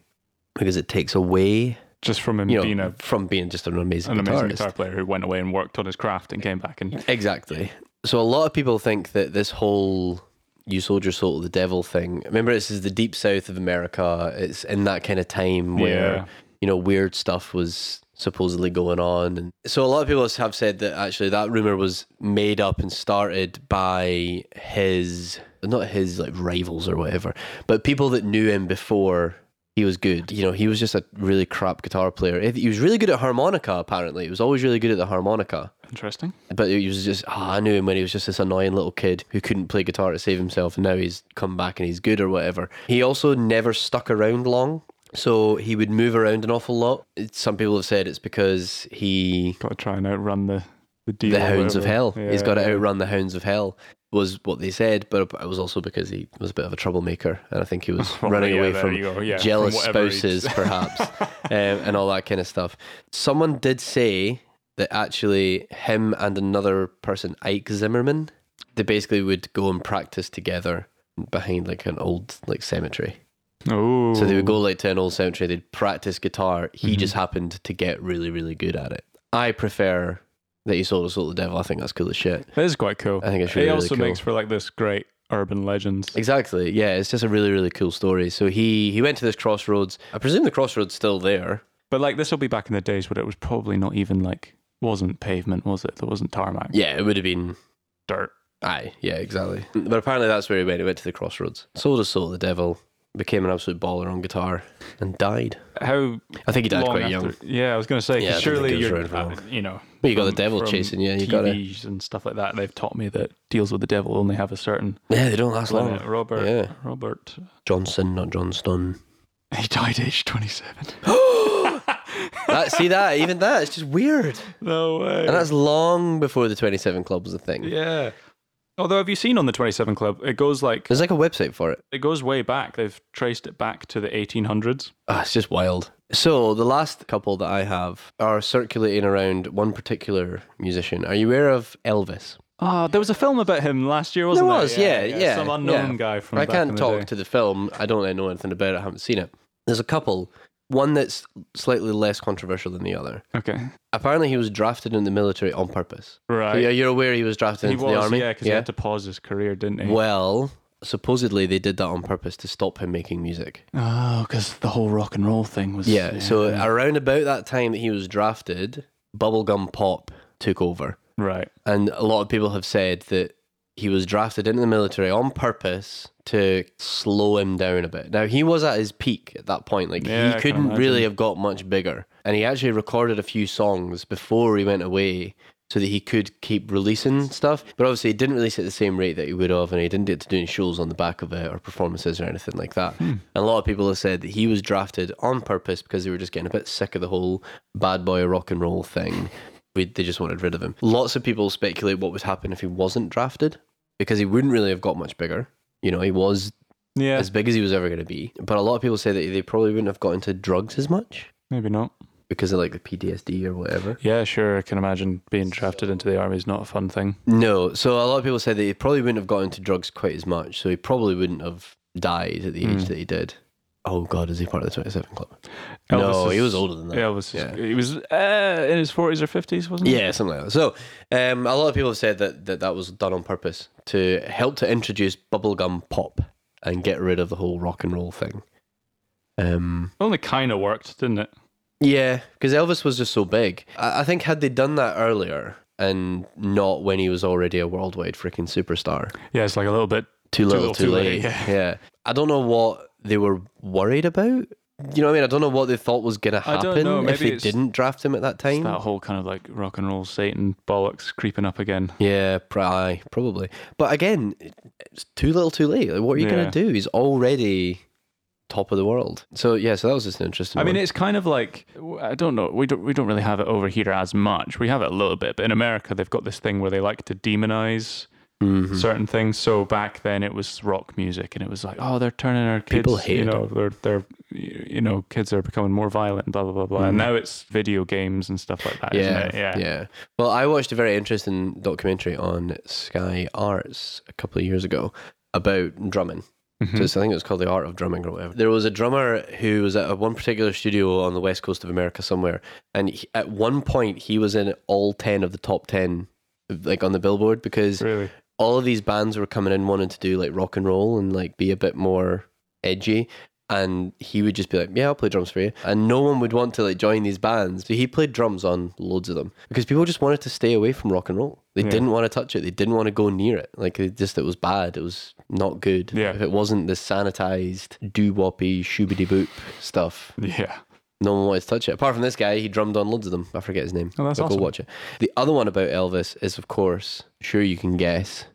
A: because it takes away,
B: Just from him
A: you know,
B: being a,
A: from being just an amazing
B: an amazing
A: guitarist.
B: guitar player who went away and worked on his craft and came back and
A: Exactly. So a lot of people think that this whole you sold your soul to the devil thing. Remember, this is the deep south of America. It's in that kind of time where
B: Yeah.
A: you know weird stuff was supposedly going on, and so a lot of people have said that actually that rumor was made up and started by his not his like rivals or whatever, but people that knew him before. He was good. You know, he was just a really crap guitar player. He was really good at harmonica, apparently. He was always really good at the harmonica.
B: interesting.
A: But he was just, ah, I knew him when he was just this annoying little kid who couldn't play guitar to save himself, and now he's come back and he's good or whatever. He also never stuck around long, so he would move around an awful lot. Some people have said it's because he,
B: Got to try and outrun the the deal.
A: the
B: or
A: hounds of hell,
B: whatever.
A: he's
B: Yeah,
A: got to
B: yeah.
A: outrun the hounds of hell, was what they said, but it was also because he was a bit of a troublemaker, and I think he was
B: Well,
A: running
B: yeah,
A: away
B: there
A: from
B: you go, yeah, from
A: jealous
B: whatever he's-
A: spouses, perhaps, um, and all that kind of stuff. Someone did say that actually him and another person, Ike Zimmerman, they basically would go and practice together behind like an old like cemetery.
B: Oh.
A: So they would go like to an old cemetery, they'd practice guitar.
B: Mm-hmm.
A: He just happened to get really, really good at it. I prefer that he sold his soul to the devil. I think that's cool as shit.
B: That is quite cool.
A: I think it's
B: it
A: really, really
B: also
A: cool.
B: makes for like this great urban legends.
A: Exactly. Yeah, it's just a really, really cool story. So he he went to this crossroads. I presume the crossroads still there.
B: But like this will be back in the days when it was probably not even like wasn't pavement, was it? There wasn't tarmac,
A: Yeah, it would have been
B: dirt.
A: Aye, yeah, exactly. But apparently that's where he went. He went to the crossroads. Sold his soul to the devil, became an absolute baller on guitar, and died.
B: How
A: I think he died
B: long
A: quite young.
B: after- Yeah, I was going to say 'cause
A: Yeah, I don't think
B: surely
A: it was
B: you're
A: around for
B: uh,
A: long.
B: you know.
A: But you got the
B: from-
A: devil
B: from
A: chasing you, you gotta-
B: TVs and stuff like that. They've taught me that deals with the devil only have a certain
A: Yeah, they don't last long.
B: limit. Robert,
A: Oh, Yeah.
B: Robert,
A: Johnson, not Johnston.
B: he died aged twenty-seven.
A: That, see that? Even that, it's just weird.
B: no way.
A: And that's long before the 27 Club was a thing.
B: yeah. Although, have you seen on the twenty-seven club? It goes like
A: There's like a website for it.
B: it goes way back. They've traced it back to the eighteen hundreds.
A: Ah, it's just wild. So the last couple that I have are circulating around one particular musician. Are you aware of Elvis?
B: Ah, there was a film about him last year, wasn't
A: there
B: there?
A: was, yeah, yeah,
B: Some unknown guy from.
A: I
B: back
A: can't
B: in the
A: talk
B: day.
A: to the film. I don't really know anything about it. I haven't seen it. There's a couple. One that's slightly less controversial than the other.
B: Okay,
A: Apparently, he was drafted in the military on purpose.
B: right.
A: Yeah, you're aware he was drafted
B: he
A: into
B: was,
A: the army.
B: yeah, because he had to pause his career, didn't he?
A: Well, supposedly they did that on purpose to stop him making music.
B: Oh, because the whole rock and roll thing was.
A: Yeah. So around about that time that he was drafted, bubblegum pop took over.
B: right.
A: And a lot of people have said that he was drafted into the military on purpose to slow him down a bit. Now, he was at his peak at that point. Like,
B: Yeah, I
A: he
B: can
A: couldn't
B: imagine.
A: really have got much bigger. And he actually recorded a few songs before he went away so that he could keep releasing stuff. But obviously, he didn't release it at the same rate that he would have, and he didn't get to do any shows on the back of it or performances or anything like that. And a lot of people have said that he was drafted on purpose because they were just getting a bit sick of the whole bad boy rock and roll thing. We, they just wanted rid of him. Lots of people speculate what would happen if he wasn't drafted because he wouldn't really have got much bigger. You know, he was
B: Yeah,
A: as big as he was ever going to be. But a lot of people say that they probably wouldn't have got into drugs as much
B: maybe not.
A: because of like the PTSD or whatever.
B: Yeah, sure. I can imagine being drafted into the army is not a fun thing.
A: No, so a lot of people said that he probably wouldn't have got into drugs quite as much, so he probably wouldn't have died at the age that he did. Oh God, is he part of the twenty-seven club? no,
B: Elvis
A: he
B: is-
A: was older than that.
B: Elvis,
A: yeah.
B: is, he was uh, in his forties or fifties, wasn't he?
A: Yeah, something like that. So, um, a lot of people have said that, that that was done on purpose to help to introduce bubblegum pop and get rid of the whole rock and roll thing. Um,
B: Only kind of worked, didn't it?
A: Yeah, because Elvis was just so big. I, I think had they done that earlier and not when he was already a worldwide freaking superstar,
B: Yeah, it's like a little bit.
A: too little,
B: little,
A: too,
B: too
A: late.
B: late, yeah.
A: I don't know what they were worried about. You know what I mean? I don't know what they thought was gonna
B: I don't
A: happen
B: know,
A: if
B: maybe
A: they
B: it's-
A: didn't draft him at that time.
B: That whole kind of like rock and roll Satan bollocks creeping up again.
A: Yeah, probably, probably. But again, it's too little, too late. Like, what are you
B: Yeah.
A: gonna do? He's already top of the world. So yeah, so that was just an interesting.
B: I mean,
A: one.
B: it's kind of like I don't know. We don't we don't really have it over here as much. We have it a little bit, but in America they've got this thing where they like to demonize certain things. So back then it was rock music, and it was like, oh, they're turning our kids.
A: People
B: you
A: hated
B: know, they're they're you know kids are becoming more violent, blah blah blah blah. And now it's video games and stuff like that,
A: yeah,
B: not it? Mm-hmm. Yeah,
A: yeah. Well, I watched a very interesting documentary on Sky Arts a couple of years ago about drumming.
B: Mm-hmm.
A: So it's, I think it was called The Art of Drumming or whatever. There was a drummer who was at a- one particular studio on the west coast of America somewhere, and he, at one point he was in all ten of the top ten, like on the Billboard, because
B: Really?
A: all of these bands were coming in wanting to do like rock and roll and like be a bit more edgy and he would just be like yeah i'll play drums for you and no one would want to like join these bands so he played drums on loads of them because people just wanted to stay away from rock and roll they
B: Yeah.
A: didn't want to touch it they didn't want to go near it like it just it was bad it was not good
B: Yeah.
A: if it wasn't the sanitized doo-woppy shoobity boop stuff
B: Yeah.
A: no one wanted to touch it. Apart from this guy, he drummed on loads of them. I forget his name.
B: Oh, that's
A: but
B: awesome.
A: Go watch it. The other one about Elvis is, of course, sure you can guess,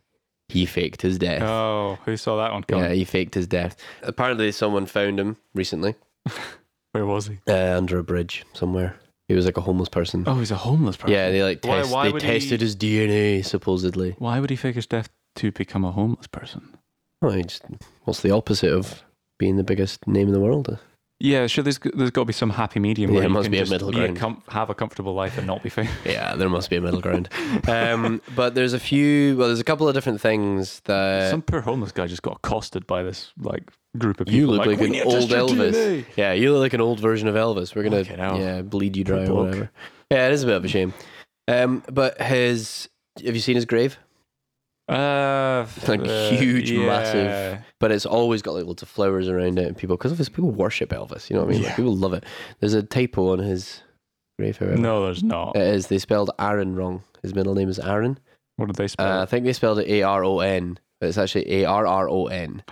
A: he faked his death.
B: Oh, who saw that one coming?
A: yeah, he faked his death. Apparently, someone found him recently
B: Where was he?
A: uh, under a bridge somewhere. He was like a homeless person.
B: Oh, he's a homeless person.
A: Yeah, they like
B: Why-
A: test,
B: why
A: they
B: would
A: tested
B: he-
A: his DNA supposedly.
B: Why would he fake his death to become a homeless person?
A: Well, he just, what's the opposite of being the biggest name in the world?
B: Yeah, sure. There's there's got to be some happy medium.
A: Yeah,
B: where
A: it
B: you
A: must
B: can
A: be a
B: just,
A: middle
B: you
A: ground.
B: com- have a comfortable life and not be famous.
A: Yeah, there must be a middle ground. um, but there's a few. Well, there's a couple of different things that
B: some poor homeless guy just got accosted by this like group of people.
A: You look like,
B: "We
A: an
B: need to
A: old
B: test your
A: Elvis.
B: DNA."
A: Yeah, you look like an old version of Elvis. We're gonna
B: Fucking hell.
A: yeah bleed you dry
B: Poor
A: or
B: bloke.
A: whatever. Yeah, it is a bit of a shame. Um, but his have you seen his grave?
B: Uh,
A: Like huge,
B: yeah.
A: massive. But it's always got like loads of flowers around it and people because of his people worship Elvis. You know what I mean? Like,
B: Yeah.
A: people love it. There's a typo on his grave, however.
B: No, there's not.
A: It is. They spelled Aaron wrong. His middle name is Aaron.
B: What did they
A: Uh, I
B: spell?
A: think they spelled it A R O N, but it's actually A R R O N.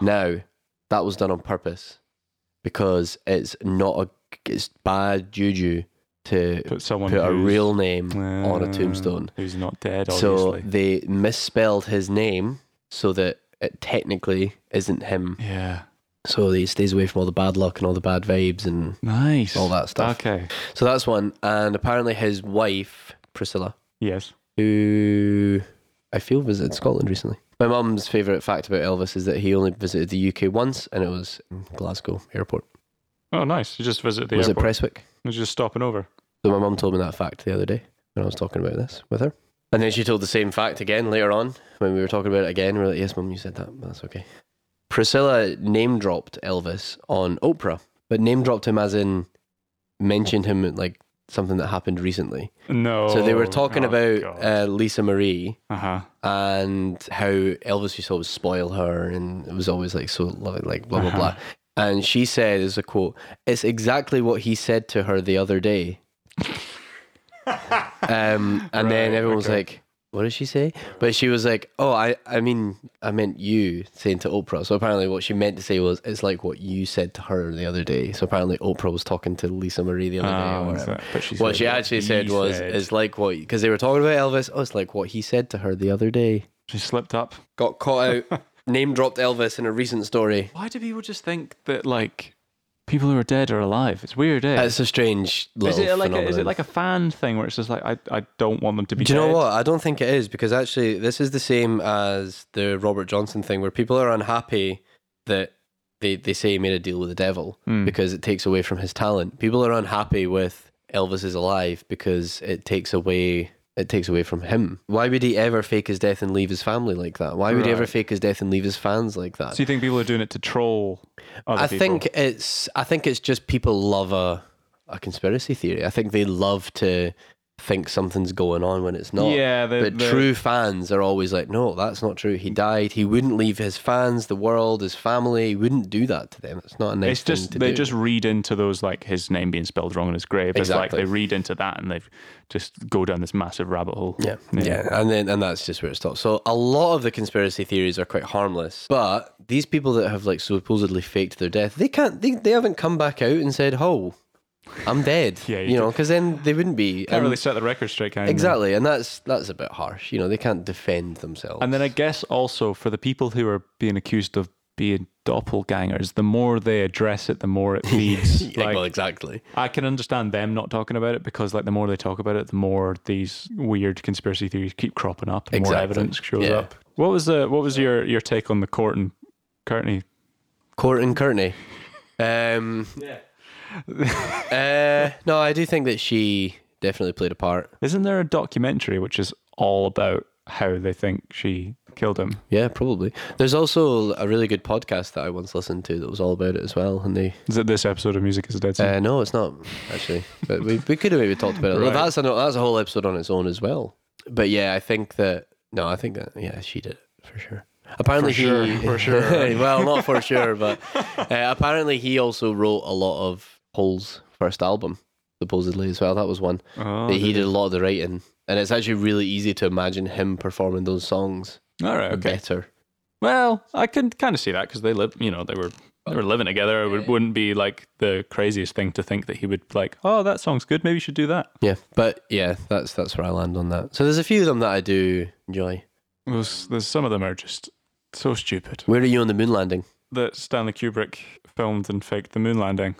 A: Now, that was done on purpose because it's not a it's bad juju to put,
B: put someone
A: a
B: who's-
A: real name on a
B: Uh,
A: tombstone.
B: who's not dead.
A: So
B: Obviously.
A: they misspelled his name so that it technically isn't him.
B: yeah.
A: So he stays away from all the bad luck and all the bad vibes and
B: Nice.
A: all that stuff.
B: Okay.
A: So that's one. And apparently his wife, Priscilla,
B: Yes.
A: who I feel visited Scotland recently. My mum's favourite fact about Elvis is that he only visited the UK once and it was in Glasgow airport.
B: Oh, nice. You just visit the
A: was
B: airport.
A: it Preswick?
B: You're just stopping over.
A: So my mum told me that fact the other day when I was talking about this with her. And then she told the same fact again later on when we were talking about it again. We were like, yes, mum, you said that. but That's okay. Priscilla name dropped Elvis on Oprah, but name dropped him as in mentioned him at like something that happened recently.
B: No.
A: so they were talking
B: Oh,
A: about
B: God.
A: uh, Lisa Marie
B: Uh-huh.
A: and how Elvis used to always spoil her, and it was always like so loving, like blah blah blah. And she said, "Is a quote. It's exactly what he said to her the other day." um, and then
B: Right,
A: Um, everyone was
B: okay.
A: like, what did she say? But she was like, "Oh, I, I mean, I meant you saying to Oprah." So apparently, what she meant to say was, "It's like what you said to her the other day." So apparently, Oprah was talking to Lisa Marie the other day. Or
B: Ah, is
A: whatever.
B: that- but she
A: what
B: said
A: she
B: what
A: actually
B: he
A: said was,
B: said.
A: "It's like what," because they were talking about Elvis. Oh, it's like what he said to her the other day.
B: She slipped up.
A: Got caught out. Name dropped Elvis in a recent story.
B: Why do people just think that like people who are dead are alive? It's weird, eh?
A: That's a strange
B: is
A: little
B: it like a, is it
A: phenomenon.
B: like a fan thing where it's just like I, I don't want them to be
A: Do you know
B: dead?
A: what? I don't think it is because actually, this is the same as the Robert Johnson thing where people are unhappy that they, they say he made a deal with the devil
B: Hmm.
A: because it takes away from his talent. People are unhappy with Elvis is alive because it takes away. It takes away from him. Why would he ever fake his death and leave his family like that? Why would he ever
B: Right.
A: fake his death and leave his fans like that?
B: So you think people are doing it to troll other
A: I
B: people?
A: think it's I think it's just people love a a conspiracy theory. I think they love to think something's going on when it's not.
B: Yeah, the-
A: but
B: the- Mm.
A: true fans are always like, no, that's not true. He died. He wouldn't leave his fans, the world, his family. He wouldn't do that to them. It's not a nice
B: it's
A: thing
B: just
A: to
B: they
A: do.
B: just read into those like his name being spelled wrong on his grave. It's like
A: Exactly.
B: they read into that and they just go down this massive rabbit hole.
A: Yeah. yeah, and then and that's just where it stops. So a lot of the conspiracy theories are quite harmless, but these people that have like supposedly faked their death, they can't, they, they haven't come back out and said, "Oh, I'm dead,"
B: Yeah, you
A: you, know, because then they wouldn't be.
B: Can't
A: and-
B: really set the record straight, can you?
A: Um, Exactly, and that's that's a bit harsh. You know, they can't defend themselves.
B: And then I guess also for the people who are being accused of being doppelgangers, the more they address it, the more it feeds.
A: Yeah,
B: like,
A: well, exactly.
B: I can understand them not talking about it because, like, the more they talk about it, the more these weird conspiracy theories keep cropping up, and more
A: Exactly.
B: evidence shows
A: Yeah.
B: up. What was the What was your your take on the court and Courtney?
A: Court and Courtney. Um, yeah. uh, no, I do think that she definitely played a part.
B: Isn't there a documentary which is all about how they think she killed him?
A: Yeah, probably. There's also a really good podcast that I once listened to that was all about it as well. And they,
B: Is it this episode of Music Is a Dead Sea?
A: uh, no, it's not actually, but we, we could have maybe talked about it.
B: Right.
A: That's a that's a whole episode on its own as well. But yeah, I think that no, I think that yeah, she did it for sure. Apparently,
B: For sure,
A: he,
B: for sure.
A: well, not for sure, but uh, apparently he also wrote a lot of Paul's first album, supposedly as well. That was one
B: Oh,
A: that Uh, he did a lot of the writing, and it's actually really easy to imagine him performing those songs
B: all right, okay.
A: better.
B: Well, I can kind of see that because they live, you know, they were they were living together. It would, wouldn't be like the craziest thing to think that he would like, oh, that song's good. Maybe you should do that.
A: Yeah, but yeah, that's that's where I land on that. So there's a few of them that I do enjoy.
B: There's, there's some of them are just so stupid.
A: Where are you on the moon landing?
B: That Stanley Kubrick filmed and faked the moon landing.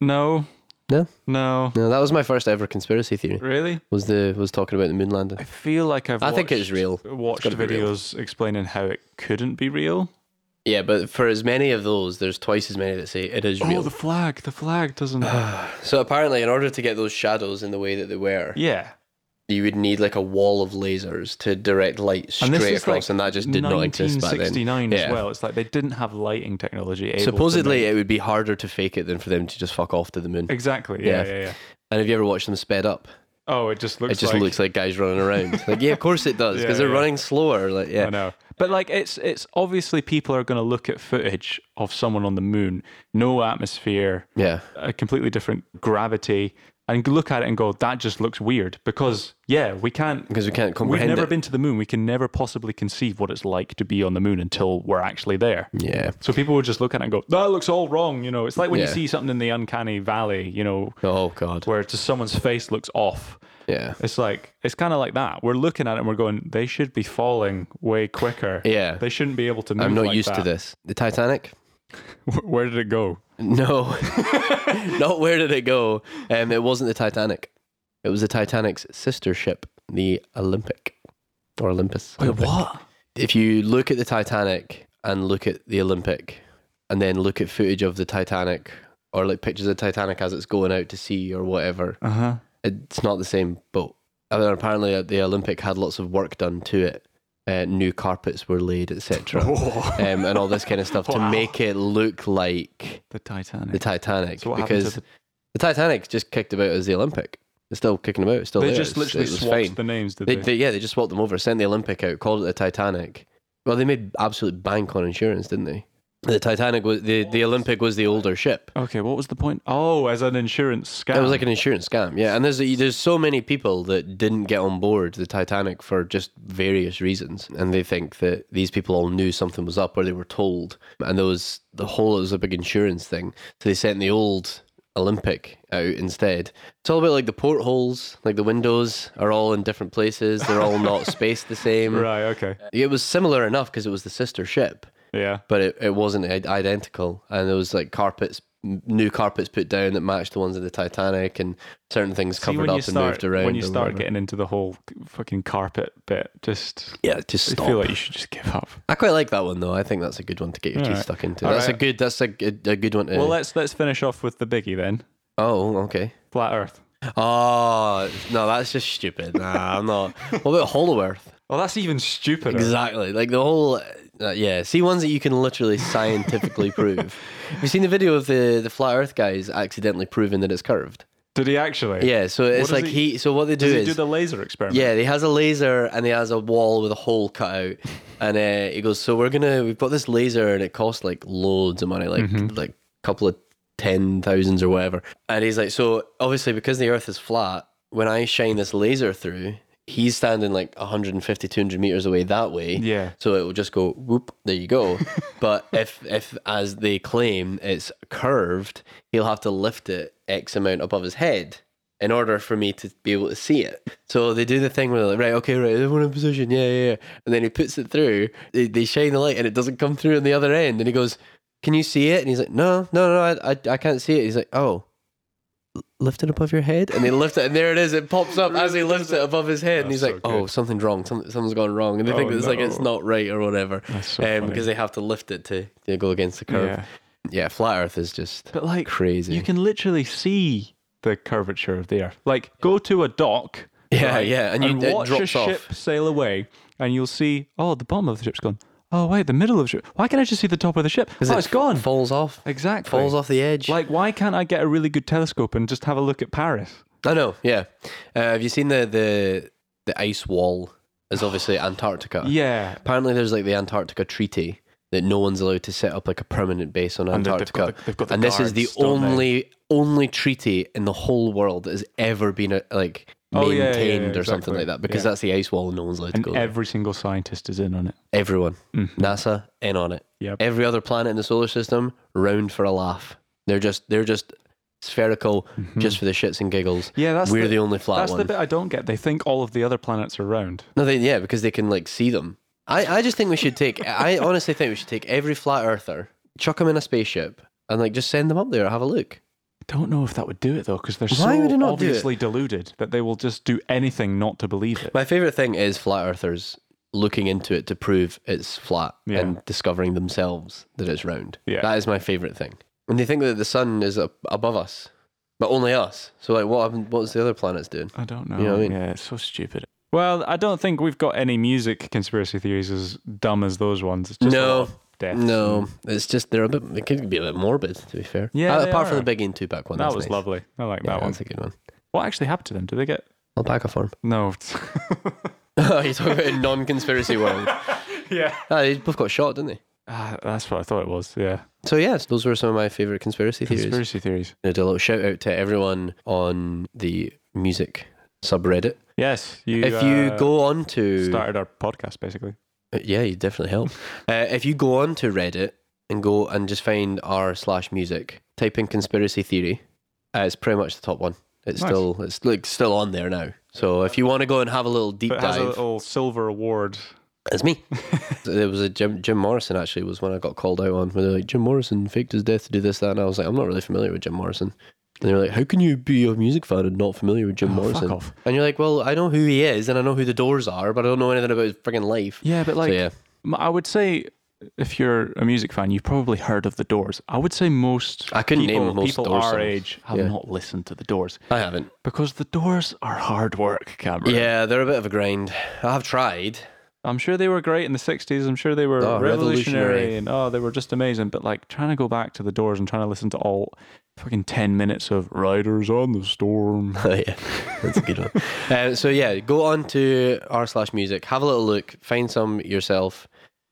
B: No,
A: Hmm. No,
B: no,
A: no, that was my first ever conspiracy theory.
B: really.
A: Was the was talking about the moon landing?
B: I feel like I've.
A: I think it's
B: watched-
A: real. It's
B: Watched
A: gotta be real.
B: videos explaining how it couldn't be real.
A: Yeah, but for as many of those, there's twice as many that say it is real.
B: Oh, the flag. The flag doesn't.
A: so apparently, in order to get those shadows in the way that they were,
B: yeah.
A: you would need like a wall of lasers to direct light straight across, and that just did not exist back then.
B: 1969 as
A: Yeah.
B: well. It's like they didn't have lighting technology. able to
A: Supposedly,
B: make-
A: it would be harder to fake it than for them to just fuck off to the moon.
B: Exactly. Yeah, yeah,
A: Yeah.
B: yeah.
A: And have you ever watched them sped up?
B: Oh, it just looks.
A: It just
B: like,
A: looks like guys running around. like, yeah, of course it does,
B: Yeah,
A: because they're
B: yeah.
A: running slower. Like, yeah,
B: I know. But like, it's it's obviously people are going to look at footage of someone on the moon, no atmosphere,
A: yeah,
B: a completely different gravity, and look at it and go, that just looks weird. Because yeah, we can't.
A: because we can't
B: We've
A: comprehend
B: never
A: it.
B: been to the moon. We can never possibly conceive what it's like to be on the moon until we're actually there.
A: yeah.
B: So people would just look at it and go, that looks all wrong. You know, it's like when you
A: Yeah.
B: see something in the uncanny valley, you know,
A: Oh god.
B: where just someone's face looks off.
A: Yeah.
B: It's like, it's kind of like that. We're looking at it and we're going, they should be falling way quicker.
A: Yeah.
B: They shouldn't be able to move.
A: I'm not
B: like
A: used to
B: that."
A: this. The Titanic.
B: Where did it go?
A: No, not where did it go? Um, it wasn't the Titanic. It was the Titanic's sister ship, the Olympic or Olympus. Olympic.
B: what?
A: If you look at the Titanic and look at the Olympic, and then look at footage of the Titanic or like pictures of the Titanic as it's going out to sea or whatever,
B: Uh huh.
A: it's not the same boat. And then apparently, uh, the Olympic had lots of work done to it. Uh, new carpets were laid, etc., um, and all this kind of stuff to
B: Wow.
A: make it look like
B: The Titanic.
A: the Titanic
B: So what happened to
A: because the...
B: the-
A: Titanic just kicked about as the Olympic. It's still kicking about. It's still
B: they
A: there.
B: just
A: It's-
B: literally
A: it was
B: swapped
A: fine.
B: the names, did
A: They,
B: they?
A: they, yeah, they just swapped them over, sent the Olympic out, called it the Titanic. Well, they made absolute bank on insurance, didn't they? The Titanic was the, the Olympic was the older ship.
B: Okay, what was the point? Oh, as an insurance scam.
A: It was like an insurance scam, yeah. And there's there's so many people that didn't get on board the Titanic for just various reasons, and they think that these people all knew something was up or they were told, and there was the whole it was a big insurance thing. So they sent the old Olympic out instead. It's all about like the portholes, like the windows are all in different places. They're all not spaced the same.
B: right. Okay.
A: It was similar enough because it was the sister ship,
B: Yeah.
A: but it, it wasn't i- identical. And there was like carpets, m- new carpets put down that matched the ones in the Titanic, and certain things
B: See,
A: covered
B: when
A: up
B: you
A: and
B: start,
A: moved around.
B: when you
A: and
B: start
A: whatever.
B: getting into the whole c- fucking carpet bit, just
A: yeah, just
B: I
A: stop.
B: feel like you should just give up.
A: I quite like that one though. I think that's a good one to get your teeth
B: Alright.
A: stuck into.
B: Alright.
A: that's a good. That's a, good- a good one. To,
B: Well, let's let's finish off with the biggie then.
A: oh, okay.
B: Flat Earth.
A: Oh no, that's just stupid. Nah, I'm not. What about Hollow Earth?
B: Well, Oh, that's even stupider.
A: Exactly. Like the whole, uh, yeah. See ones that you can literally scientifically prove. Have you seen the video of the the flat Earth guys accidentally proving that it's curved?
B: Did he actually?
A: Yeah. So it's
B: does
A: like
B: he-
A: he, So what they do
B: Does he
A: is
B: do the laser experiment?
A: yeah, he has a laser and he has a wall with a hole cut out, and uh, he goes, "So we're gonna we've got this laser and it costs like loads of money, like
B: Mm-hmm.
A: like couple of ten thousands or whatever." And he's like, "So obviously because the Earth is flat, when I shine this laser through." He's standing like 150, 200 meters away that way.
B: Yeah.
A: So it will just go whoop, there you go. but if if as they claim it's curved, he'll have to lift it X amount above his head in order for me to be able to see it. So they do the thing where they're like, right, okay, right, everyone in position, yeah, yeah, yeah. And then he puts it through, they, they shine the light and it doesn't come through on the other end. And he goes, Can you see it? And he's like, No, no, no, I I, I can't see it. He's like, Oh. l- Lift it above your head, and they lift it, and there it is. It pops up as he lifts it above his head, and he's
B: That's
A: like,
B: so
A: "Oh,
B: good.
A: something's wrong. Something, something's gone wrong." And they think
B: Oh,
A: it's like it's
B: no.
A: not right or whatever
B: That's so
A: um,
B: funny.
A: because they have to lift it to, to go against the curve. Yeah.
B: Yeah. Oh,
A: flat Earth is just
B: But like
A: crazy.
B: you can literally see the curvature of the Earth. Like go to a dock.
A: yeah,
B: right,
A: yeah, and you it
B: watch a
A: drops off.
B: ship sail away, and you'll see oh the bottom of the ship's gone. Oh wait, the middle of the ship. Why can't I just see the top of the ship? Oh,
A: it
B: it's gone.
A: Falls off.
B: Exactly.
A: Falls off the edge.
B: Like why can't I get a really good telescope and just have a look at Paris?
A: I know. Yeah. Uh, have you seen the the the ice wall? Is obviously Antarctica.
B: Yeah.
A: Apparently, there's like the Antarctica Treaty that no one's allowed to set up like a permanent base on
B: And they've got
A: Antarctica.
B: the- they've got the
A: and this is the
B: guards, don't they?
A: only only treaty in the whole world that has ever been uh, like
B: Oh,
A: maintained
B: yeah, yeah, yeah,
A: or something
B: exactly.
A: like that because
B: Yeah.
A: that's the ice wall and no one's allowed to
B: And
A: go. there.
B: every single scientist is in on it.
A: Everyone. NASA in on it.
B: Yep.
A: Every other planet in the solar system round for a laugh. They're just they're just spherical just for the shits and giggles.
B: Mm-hmm. Yeah, that's
A: we're
B: the-
A: the, only flat
B: That's
A: one.
B: the bit I don't get. They think all of the other planets are round.
A: no, they, yeah, because they can like see them. I, I just think we should take I honestly think we should take every flat earther, chuck them in a spaceship and like just send them up there have a look.
B: I don't know if that would do it though, because they're
A: Why
B: so
A: would it not do it?
B: obviously deluded that they will just do anything not to believe it.
A: My favorite thing is flat earthers looking into it to prove it's flat
B: Yeah.
A: and discovering themselves that it's round.
B: Yeah.
A: That is my favorite thing. And they think that the sun is up above us, but only us. So like, what happened- what's the other planets doing?
B: I don't know.
A: know what I mean?
B: Yeah, it's so stupid. Well, I don't think we've got any music conspiracy theories as dumb as those ones. It's just a lot
A: No.
B: of deaths. Hmm.
A: No, it's just they're a bit. It could be a bit morbid, to be fair.
B: Yeah,
A: Uh,
B: they
A: apart
B: are.
A: from the Biggie and Tupac one.
B: That
A: that's
B: was
A: nice.
B: lovely. I like
A: Yeah,
B: that one.
A: That's a good one.
B: What actually happened to them? Did they get
A: Alpaca farm.
B: no?
A: you talk about a non-conspiracy world.
B: yeah,
A: Uh, they both got shot, didn't they?
B: ah, that's what I thought it was. Yeah,
A: So yes, those were some of my favorite conspiracy theories.
B: conspiracy theories.
A: I did a little shout out to everyone on the music subreddit.
B: Yes, you.
A: if you
B: uh,
A: go on to
B: started our podcast basically.
A: Uh, yeah, you definitely help. uh, if you go on to Reddit and go and just find r slash music, type in conspiracy theory, uh, it's pretty much the top one. It's
B: Nice.
A: still it's like still on there now. So if you want to go and have a little deep
B: But it has
A: dive,
B: a little silver award.
A: it's me. there was a Jim Jim Morrison actually was when I got called out on where they're like Jim Morrison faked his death to do this that, and I was like I'm not really familiar with Jim Morrison. And they were like, "How can you be a music fan and not familiar with Jim Morrison?"
B: Oh, off.
A: And you're like, "Well, I know who he is, and I know who the Doors are, but I don't know anything about his friggin' life."
B: Yeah, but like,
A: yeah.
B: m- I would say if you're a music fan, you've probably heard of the Doors. I would say most
A: I couldn't
B: people,
A: name most
B: people
A: Doors
B: our
A: songs.
B: age have
A: Yeah.
B: not listened to the Doors
A: I haven't.
B: because the Doors are hard work, Cameron.
A: Yeah, they're a bit of a grind. I've tried.
B: I'm sure they were great in the '60s. I'm sure they were
A: Oh,
B: revolutionary,
A: revolutionary.
B: and oh, they were just amazing. But like trying to go back to the Doors and trying to listen to all fucking ten minutes of "Riders on the Storm."
A: yeah, that's a good one. Uh, so yeah, go on to r slash music, have a little look, find some yourself.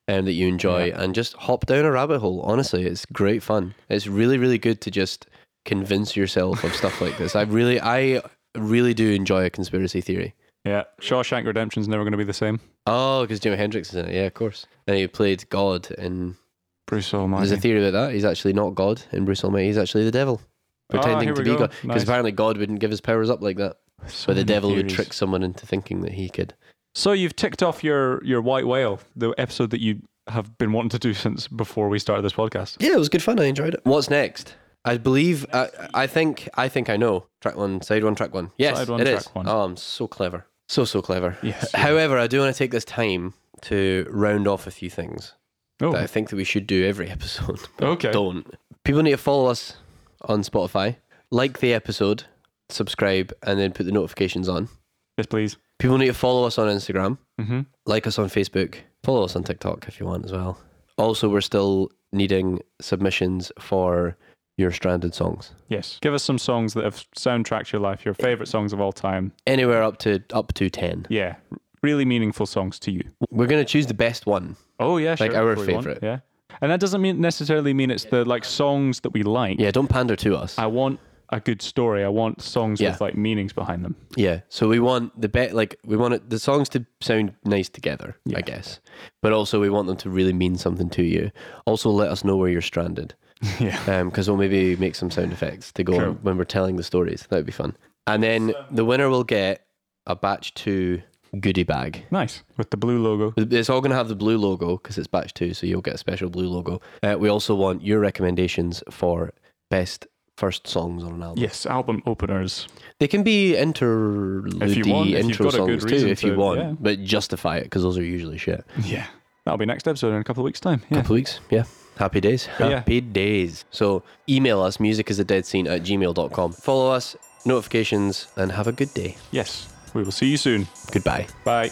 A: um, that you enjoy and just hop down a rabbit hole. Honestly, it's great fun. It's really, really good to just convince yourself of stuff like this. I really, I really do enjoy a conspiracy theory.
B: Yeah. Shawshank Redemption's never going to be the same.
A: Oh, because Jimi Hendrix is in it. Yeah, of course. And he played God in.
B: Bruce
A: There's a
B: Almighty.
A: theory about that. He's actually not God in Bruce Almighty. He's actually the devil, pretending
B: here
A: to
B: we
A: be
B: go.
A: God. Because
B: Nice.
A: apparently God wouldn't give his powers up like that.
B: So
A: But the
B: many
A: devil would
B: theories.
A: trick someone into thinking that he could.
B: So you've ticked off your your white whale, the episode that you have been wanting to do since before we started this podcast.
A: Yeah, it was good fun. I enjoyed it. What's next? I believe. I, I think. I think I know. Track one, side one, track one. Yes,
B: Side one,
A: it
B: track
A: is.
B: one.
A: Oh, I'm so clever. So so clever.
B: Yes, you
A: However, I do want to take this time to round off a few things that I
B: Oh,
A: think that we should do every episode. but
B: Okay.
A: Don't. People need to follow us on Spotify, like the episode, subscribe, and then put the notifications on.
B: yes, please.
A: People need to follow us on Instagram
B: Mm-hmm.
A: like us on Facebook, follow us on TikTok if you want as well. Also, we're still needing submissions for your stranded songs.
B: Yes. Give us some songs that have soundtracked your life, your favorite songs of all time.
A: Anywhere up to up to ten.
B: Yeah. Really meaningful songs to you.
A: We're gonna choose the best one.
B: Oh yeah, sure.
A: Like our
B: if we want,
A: favourite.
B: Yeah. And that doesn't mean necessarily mean it's the like songs that we like.
A: Yeah, don't pander to us.
B: I want a good story. I want songs
A: Yeah.
B: with like meanings behind them.
A: Yeah. So we want the bet like we want it, the songs to sound nice together, I guess. But also we want them to really mean something to you. Also, let us know where you're stranded.
B: Yeah.
A: Because we'll maybe make some sound effects to go
B: Sure.
A: on when we're telling the stories. That would be fun. And then the winner will get a batch two goodie bag.
B: Nice. With the blue logo.
A: It's all going to have the blue logo because it's batch two, so you'll get a special blue logo. Uh, we also want your recommendations for best first songs on an album.
B: Yes, album openers.
A: They can be interlude
B: want, if you've
A: intro
B: got a good
A: songs too
B: reason
A: if you
B: to,
A: want,
B: yeah.
A: but justify it because those are usually shit.
B: Yeah. That'll be next episode in a couple of weeks' time. Yeah.
A: Couple weeks, yeah. Happy days.
B: But yeah.
A: Happy days. So email us musicisthedeadscene at gmail.com. Follow us, notifications, and have a good day.
B: Yes. We will see you soon.
A: Goodbye.
B: Bye.